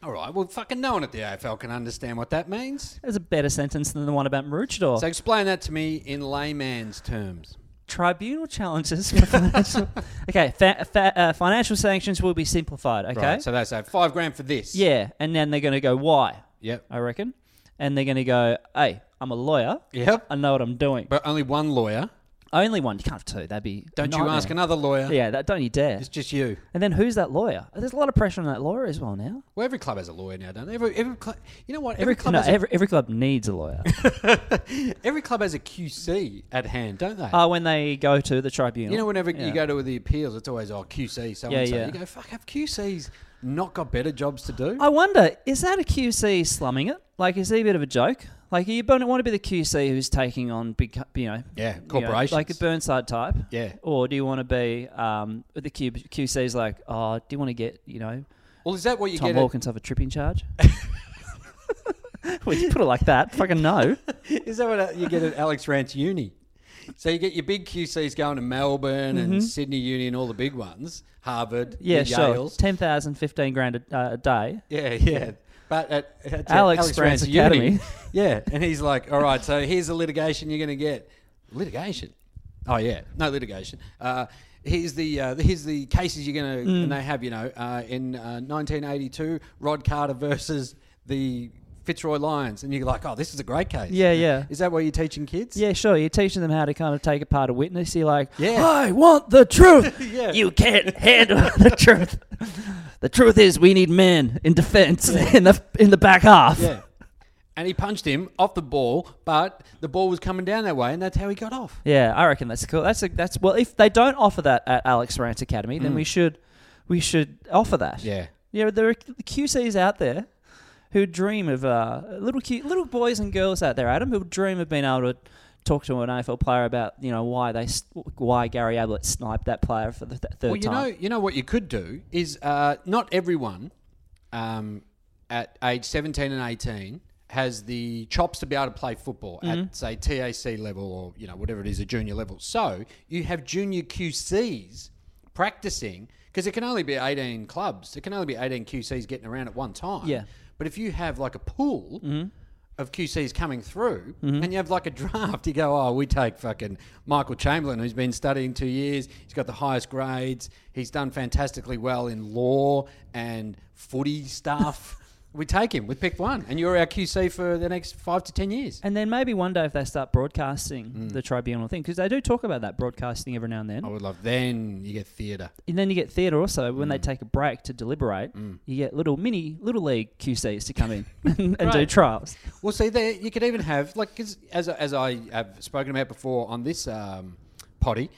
Speaker 2: All right. Well, fucking no one at the AFL can understand what that means.
Speaker 1: That's a better sentence than the one about Maroochydore.
Speaker 2: So explain that to me in layman's terms.
Speaker 1: tribunal challenges for financial. okay, fa- fa- uh, financial sanctions will be simplified. Okay,
Speaker 2: Right. So they say five grand for this.
Speaker 1: yeah, and then they're going to go why?
Speaker 2: Yep.
Speaker 1: I reckon, and they're going to go, hey, I'm a lawyer.
Speaker 2: Yep.
Speaker 1: I know what I'm doing.
Speaker 2: But only one lawyer.
Speaker 1: Only one. You can't have two. That'd be. a
Speaker 2: Don't you
Speaker 1: nightmare.
Speaker 2: ask another lawyer.
Speaker 1: Yeah, that don't you dare.
Speaker 2: It's just you.
Speaker 1: And then who's that lawyer? There's a lot of pressure on that lawyer as well now.
Speaker 2: Well, every club has a lawyer now, don't they? Every, every club. You know what? Every
Speaker 1: Every,
Speaker 2: club.
Speaker 1: no,
Speaker 2: has a-
Speaker 1: every, every club needs a lawyer.
Speaker 2: every club has a QC at hand, don't they?
Speaker 1: uh, when they go to the tribunal.
Speaker 2: you know, whenever
Speaker 1: Yeah.
Speaker 2: you go to the appeals, it's always oh QC. So
Speaker 1: Yeah,
Speaker 2: and so.
Speaker 1: yeah. Oh,
Speaker 2: You go fuck. Have QCs not got better jobs to do?
Speaker 1: I wonder, is that a QC slumming it? Like, is he a bit of a joke? Like, you don't want to be the QC who's taking on big, co- you know,
Speaker 2: yeah,
Speaker 1: you know,
Speaker 2: corporations.
Speaker 1: like a Burnside type.
Speaker 2: Yeah.
Speaker 1: Or do you want to be um, the Q, QC's like, oh, do you want to get you know
Speaker 2: well, is that what you
Speaker 1: Tom
Speaker 2: get? at-
Speaker 1: Hawkins off a tripping charge? well, you put it like that, fucking no.
Speaker 2: Is that what uh, you get at Alex Rance Uni? So you get your big QCs going to Melbourne and Sydney Uni and all the big ones, Harvard,
Speaker 1: Mm-hmm. Yeah,
Speaker 2: the
Speaker 1: sure.
Speaker 2: Yales.
Speaker 1: 10,000, 15 grand a, uh, a day.
Speaker 2: Yeah, yeah. But at, at
Speaker 1: Alex Rance Academy.
Speaker 2: yeah, and he's like, "All right, so here's the litigation you're going to get. Litigation? Oh yeah, no litigation. Uh, here's the uh, here's the cases you're going to
Speaker 1: Hmm.
Speaker 2: and they have you know uh, in uh, 1982 Rod Carter versus the Fitzroy Lions, and you're like, oh, this is a great case.
Speaker 1: Yeah, yeah.
Speaker 2: Is that what you're teaching kids?
Speaker 1: Yeah, sure. You're teaching them how to kind of take apart a witness. You're like,
Speaker 2: Yeah.
Speaker 1: I want the truth.
Speaker 2: Yeah.
Speaker 1: You can't handle the truth. The truth is, we need men in defense in the in the back half.
Speaker 2: Yeah. And he punched him off the ball, but the ball was coming down that way, and that's how he got off.
Speaker 1: Yeah, I reckon that's cool. That's a, that's well, if they don't offer that at Alex Rance Academy, then we should we should offer that.
Speaker 2: Mm. Yeah.
Speaker 1: yeah. There are QCs out there who dream of uh, little cute little boys and girls out there, Adam, who dream of being able to talk to an AFL player about you know why they s- why Gary Ablett sniped that player for the th- third
Speaker 2: Well, you
Speaker 1: time.
Speaker 2: know, you know what you could do is uh, not everyone um, at age seventeen and eighteen has the chops to be able to play football
Speaker 1: Mm-hmm.
Speaker 2: at say TAC level or you know whatever it is a junior level. So you have junior QCs practicing because it can only be eighteen clubs. It can only be eighteen QCs getting around at one time.
Speaker 1: Yeah.
Speaker 2: But if you have like a pool of QCs coming through and you have like a draft, you go, oh, we take fucking Michael Chamberlain, who's been studying two years. He's got the highest grades. He's done fantastically well in law and footy stuff. we take him with pick one. And you're our QC for the next five to 10 years.
Speaker 1: And then maybe one day if they start broadcasting
Speaker 2: Mm.
Speaker 1: the tribunal thing, because they do talk about that broadcasting every now and then.
Speaker 2: I would love. Then you get theatre.
Speaker 1: And then you get theatre also when they
Speaker 2: Mm.
Speaker 1: take a break to deliberate. You get little mini little league QCs to come in and, and do
Speaker 2: Right.
Speaker 1: trials.
Speaker 2: Well, see, there you could even have like 'cause as as I have spoken about before on this um, potty,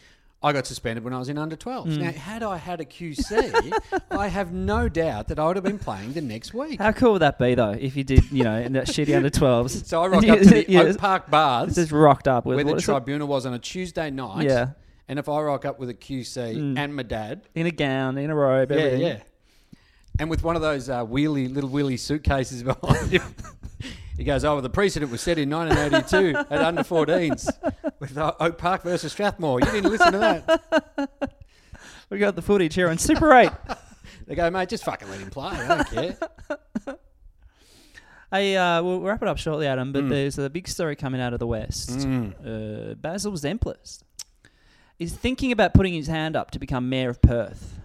Speaker 2: I got suspended when I was in under 12s.
Speaker 1: Hmm.
Speaker 2: Now, had I had a QC, I have no doubt that I would have been playing the next week.
Speaker 1: How cool would that be though if you did you know in that shitty under twelves?
Speaker 2: So I rocked up to the Oak Park Baths
Speaker 1: Just rocked up with
Speaker 2: where the
Speaker 1: what is it?
Speaker 2: tribunal was on a Tuesday night.
Speaker 1: Yeah. Hmm.
Speaker 2: And if I rock up with a QC and my dad,
Speaker 1: in a gown, in a robe, everything.
Speaker 2: And with one of those uh, wheelie, little wheelie suitcases behind him. he goes, oh, well, the precedent was set in 1982 at under 14s with uh, Oak Park versus Strathmore. You didn't listen to that.
Speaker 1: We got the footage here on Super Eight.
Speaker 2: They go, mate, just fucking let him play. I don't care.
Speaker 1: Hey, uh, we'll wrap it up shortly, Adam.
Speaker 2: Mm.
Speaker 1: But there's a big story coming out of the West. Uh, Basil Zemplis is thinking about putting his hand up to become mayor of Perth.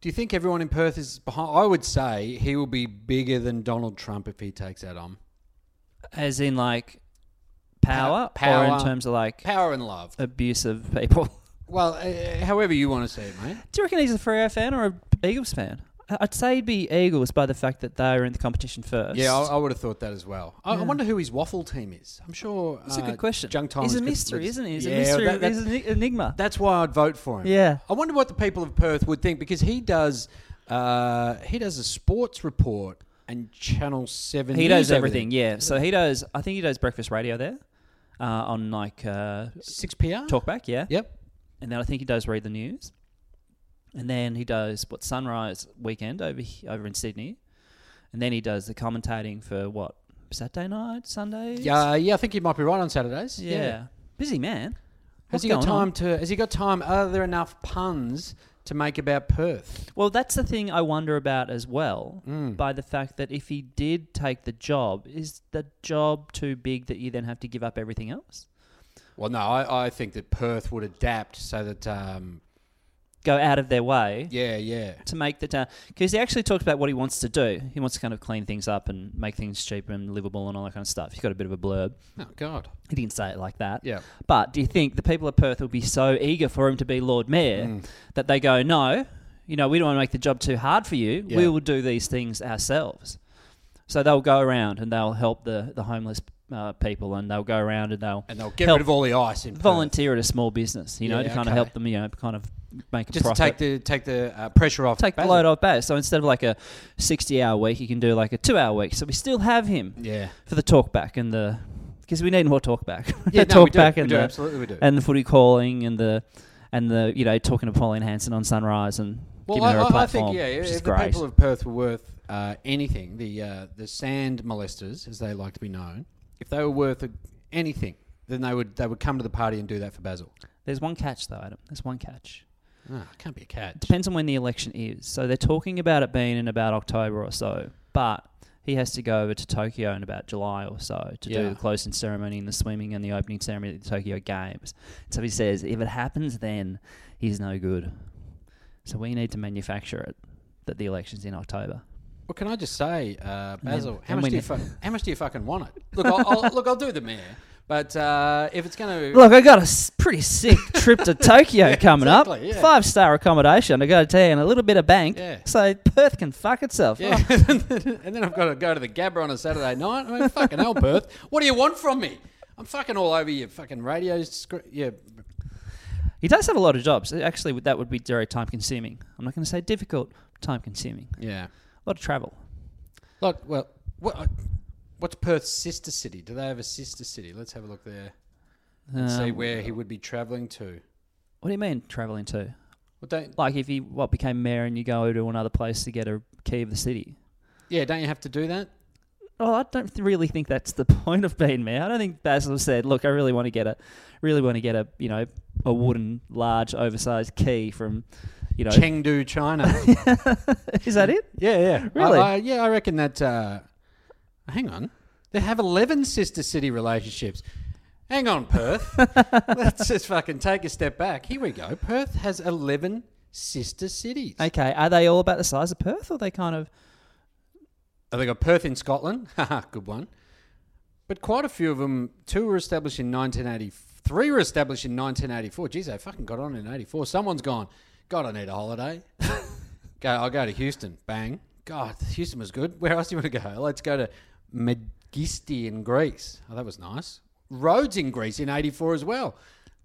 Speaker 2: Do you think everyone in Perth is behind? I would say he will be bigger than Donald Trump if he takes that on.
Speaker 1: As in, like, power,
Speaker 2: Pow-
Speaker 1: or
Speaker 2: power.
Speaker 1: in terms of, like,
Speaker 2: Power and love.
Speaker 1: abuse of people.
Speaker 2: Well, uh, however you want to see it, mate.
Speaker 1: Do you reckon he's a Freo fan or a Eagles fan? I'd say it'd be Eagles by the fact that they were in the competition first.
Speaker 2: Yeah, I, I would have thought that as well. I, I wonder who his waffle team is. I'm sure
Speaker 1: That's a
Speaker 2: uh,
Speaker 1: good question.
Speaker 2: Jung Tong
Speaker 1: He's
Speaker 2: is
Speaker 1: a
Speaker 2: good-
Speaker 1: mystery, isn't he? He's
Speaker 2: Yeah,
Speaker 1: a mystery.
Speaker 2: that- that-
Speaker 1: he's an e, enigma.
Speaker 2: That's why I'd vote for him.
Speaker 1: Yeah.
Speaker 2: I wonder what the people of Perth would think because he does uh, he does a sports report and Channel Seven.
Speaker 1: he
Speaker 2: News
Speaker 1: does
Speaker 2: over
Speaker 1: everything,
Speaker 2: there.
Speaker 1: yeah. So he does. I think he does breakfast radio there, uh, on like uh,
Speaker 2: Six PR.
Speaker 1: talkback, yeah.
Speaker 2: Yep.
Speaker 1: And then I think he does read the news, and then he does what sunrise weekend over he- over in Sydney, and then he does the commentating for what Saturday night, Sundays.
Speaker 2: Yeah, uh, yeah. I think he might be right on Saturdays.
Speaker 1: yeah. Busy man.
Speaker 2: Has
Speaker 1: What's
Speaker 2: he got
Speaker 1: going on?
Speaker 2: time to? Has he got time? Are there enough puns to make about Perth?
Speaker 1: Well, that's the thing I wonder about as well.
Speaker 2: Mm.
Speaker 1: By the fact that if he did take the job, is the job too big that you then have to give up everything else?
Speaker 2: Well, no. I, I think that Perth would adapt so that. Um,
Speaker 1: Go out of their way
Speaker 2: yeah, yeah.
Speaker 1: to make the town because he actually talked about what he wants to do. He wants to kind of clean things up and make things cheaper and livable and all that kind of stuff. He's got a bit of a blurb.
Speaker 2: Oh God.
Speaker 1: He didn't say it like that.
Speaker 2: Yeah.
Speaker 1: But do you think the people of Perth will be so eager for him to be Lord Mayor
Speaker 2: Mm.
Speaker 1: that they go, no, you know, we don't want to make the job too hard for you.
Speaker 2: Yeah.
Speaker 1: We will do these things ourselves. So they'll go around and they'll help the, the homeless uh, people and they'll go around and they'll,
Speaker 2: And they'll get
Speaker 1: help
Speaker 2: rid of all the ice in Perth.
Speaker 1: volunteer at a small business, you know, to
Speaker 2: Yeah,
Speaker 1: kind
Speaker 2: okay.
Speaker 1: of help them, you know, kind of make a
Speaker 2: Just to
Speaker 1: profit
Speaker 2: take the take the uh, pressure off.
Speaker 1: take the
Speaker 2: Basil.
Speaker 1: load off Baz. So instead of like a 60 hour week, you can do like a two hour week. So we still have him
Speaker 2: Yeah.
Speaker 1: for the talk back and the. Because we need more talk back.
Speaker 2: Yeah,
Speaker 1: the
Speaker 2: no, we
Speaker 1: talk
Speaker 2: do.
Speaker 1: back
Speaker 2: We
Speaker 1: and,
Speaker 2: do,
Speaker 1: the,
Speaker 2: absolutely we do.
Speaker 1: and the footy calling and the. And the you know talking to Pauline Hanson on Sunrise and
Speaker 2: Well,
Speaker 1: giving
Speaker 2: I,
Speaker 1: her a
Speaker 2: I- I
Speaker 1: platform,
Speaker 2: think yeah,
Speaker 1: which
Speaker 2: if
Speaker 1: is
Speaker 2: the
Speaker 1: great.
Speaker 2: people of Perth were worth uh, anything, the uh, the sand molesters, as they like to be known, if they were worth a, anything, then they would they would come to the party and do that for Basil.
Speaker 1: There's one catch though, Adam. There's one catch.
Speaker 2: Ah, can't be a cat.
Speaker 1: Depends on when the election is. So they're talking about it being in about October or so, but he has to go over to Tokyo in about July or so to
Speaker 2: Yeah.
Speaker 1: do the closing ceremony and the swimming and the opening ceremony at the Tokyo Games. So he says if it happens then he's no good. So we need to manufacture it that the election's in October.
Speaker 2: Well, can I just say, uh,
Speaker 1: then-
Speaker 2: Basil, how
Speaker 1: then
Speaker 2: much
Speaker 1: we
Speaker 2: do you
Speaker 1: ne-
Speaker 2: fu- how much do you fucking want it? Look, I'll, I'll, look, I'll do the mayor, but uh, if it's going to
Speaker 1: Look, I got a s- pretty sick trip to Tokyo coming
Speaker 2: exactly,
Speaker 1: up.
Speaker 2: yeah.
Speaker 1: Five star accommodation, I got to tell you, and a little bit of bank.
Speaker 2: Yeah.
Speaker 1: So Perth can fuck itself.
Speaker 2: yeah, and then I've got to go to the Gabba on a Saturday night. I mean, fucking hell, Perth, what do you want from me? I'm fucking all over your fucking radio, scre- yeah,
Speaker 1: He does have a lot of jobs. Uh, Actually, that would be very time consuming. I'm not going to say difficult, time consuming.
Speaker 2: yeah.
Speaker 1: A lot of travel.
Speaker 2: Like, well, what, uh, what's Perth's sister city? Do they have a sister city? Let's have a look there. and see
Speaker 1: Um,
Speaker 2: where he would be travelling to.
Speaker 1: What do you mean traveling to?
Speaker 2: Well, don't
Speaker 1: Like if he what became mayor and you go to another place to get a key of the city.
Speaker 2: yeah? Don't you have to do that?
Speaker 1: Oh, I don't th- really think that's the point of being mayor. I don't think Basil said, "Look, I really want to get a, really want to get a, you know, a wooden large oversized key from, you know,
Speaker 2: Chengdu, China.
Speaker 1: is that it?
Speaker 2: yeah, yeah,
Speaker 1: Really?
Speaker 2: I, I- yeah, I reckon that. Uh, hang on, they have eleven sister city relationships. Hang on, Perth. Let's just fucking take a step back. Here we go. Perth has eleven sister cities.
Speaker 1: Okay, are they all about the size of Perth, or they kind of?
Speaker 2: Oh, they got Perth in Scotland. Haha, good one. But quite a few of them, two were established in 1983, were established in 1984. Geez, they fucking got on in 84. Someone's gone, God, I need a holiday. go, I'll go to Houston. Bang. God, Houston was good. Where else do you want to go? Let's go to Megisti in Greece. Oh, that was nice. Rhodes in Greece in 84 as well.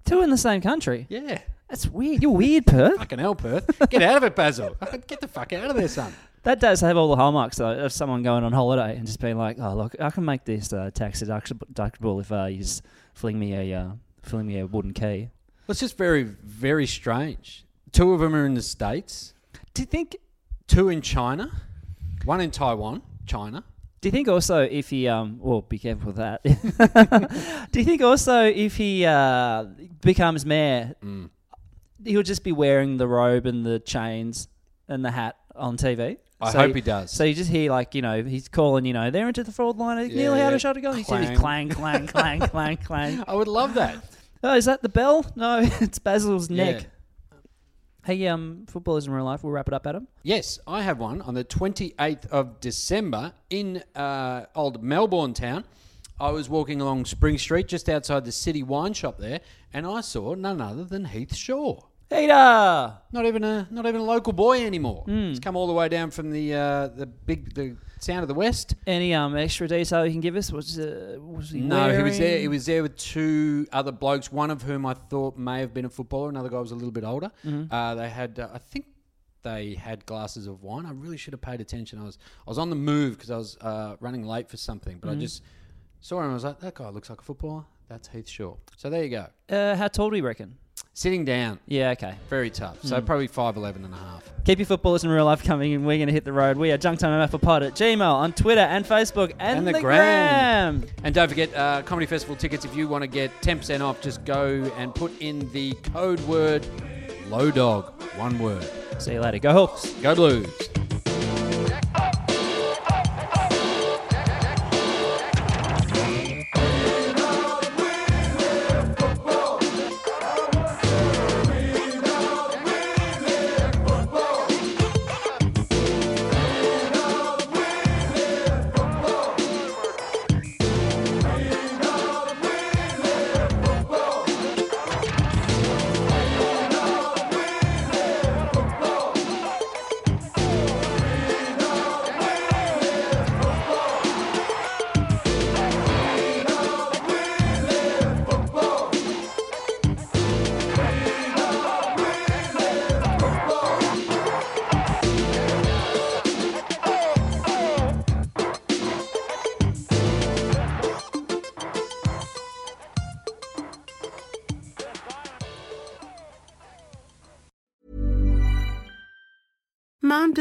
Speaker 1: Two in the same country.
Speaker 2: Yeah.
Speaker 1: That's weird. You're weird, Perth.
Speaker 2: Fucking hell, Perth. Get out of it, Basil. Get the fuck out of there, son.
Speaker 1: That does have all the hallmarks though of someone going on holiday and just being like, "Oh look, I can make this uh, tax deduct- deductible if uh, you just fling me a uh, fling me a wooden key."
Speaker 2: Well, it's just very, very strange. Two of them are in the States.
Speaker 1: Do you think?
Speaker 2: two in China, one in Taiwan, China.
Speaker 1: Do you think also if he um? Well, be careful with that. do you think also if he uh, becomes mayor,
Speaker 2: Mm.
Speaker 1: he'll just be wearing the robe and the chains and the hat on TV?
Speaker 2: I
Speaker 1: So
Speaker 2: hope he does.
Speaker 1: So you just hear like you know he's calling you know they're into the fraud line. Neil,
Speaker 2: yeah.
Speaker 1: how does shot go? And You see this clang,
Speaker 2: Clang.
Speaker 1: clang, clang, clang, clang.
Speaker 2: I would love that.
Speaker 1: Oh, is that the bell? No, it's Basil's neck.
Speaker 2: Yeah.
Speaker 1: Hey, um, footballers in real life. We'll wrap it up, Adam.
Speaker 2: Yes, I have one on the 28th of December in uh, old Melbourne town. I was walking along Spring Street just outside the city wine shop there, and I saw none other than Heath Shaw.
Speaker 1: Peter.
Speaker 2: Not even a not even a local boy anymore. He's come all the way down from the uh, the big the sound of the west.
Speaker 1: Any um extra detail you can give us? Was uh, was he
Speaker 2: No, he was there. He
Speaker 1: wearing-
Speaker 2: was there with two other blokes. One of whom I thought may have been a footballer. Another guy was a little bit older. Uh, they had, uh, I think, they had glasses of wine. I really should have paid attention. I was, I was on the move because I was uh, running late for something. But I just saw him. and I was like, that guy looks like a footballer. That's Heath Shaw. So there you go.
Speaker 1: Uh, how tall do you reckon?
Speaker 2: Sitting down,
Speaker 1: Yeah, okay.
Speaker 2: very tough. So probably five eleven and a half.
Speaker 1: Keep your footballers in real life coming, and we're going to hit the road. We are Junk Time MF for Pod at Gmail, on Twitter and Facebook, and,
Speaker 2: And
Speaker 1: the,
Speaker 2: the
Speaker 1: gram.
Speaker 2: gram. And don't forget, uh, Comedy Festival tickets, if you want to get 10% off, just go and put in the code word low dog. One word.
Speaker 1: See you later. Go Hawks.
Speaker 2: Go Blues.
Speaker 3: Mom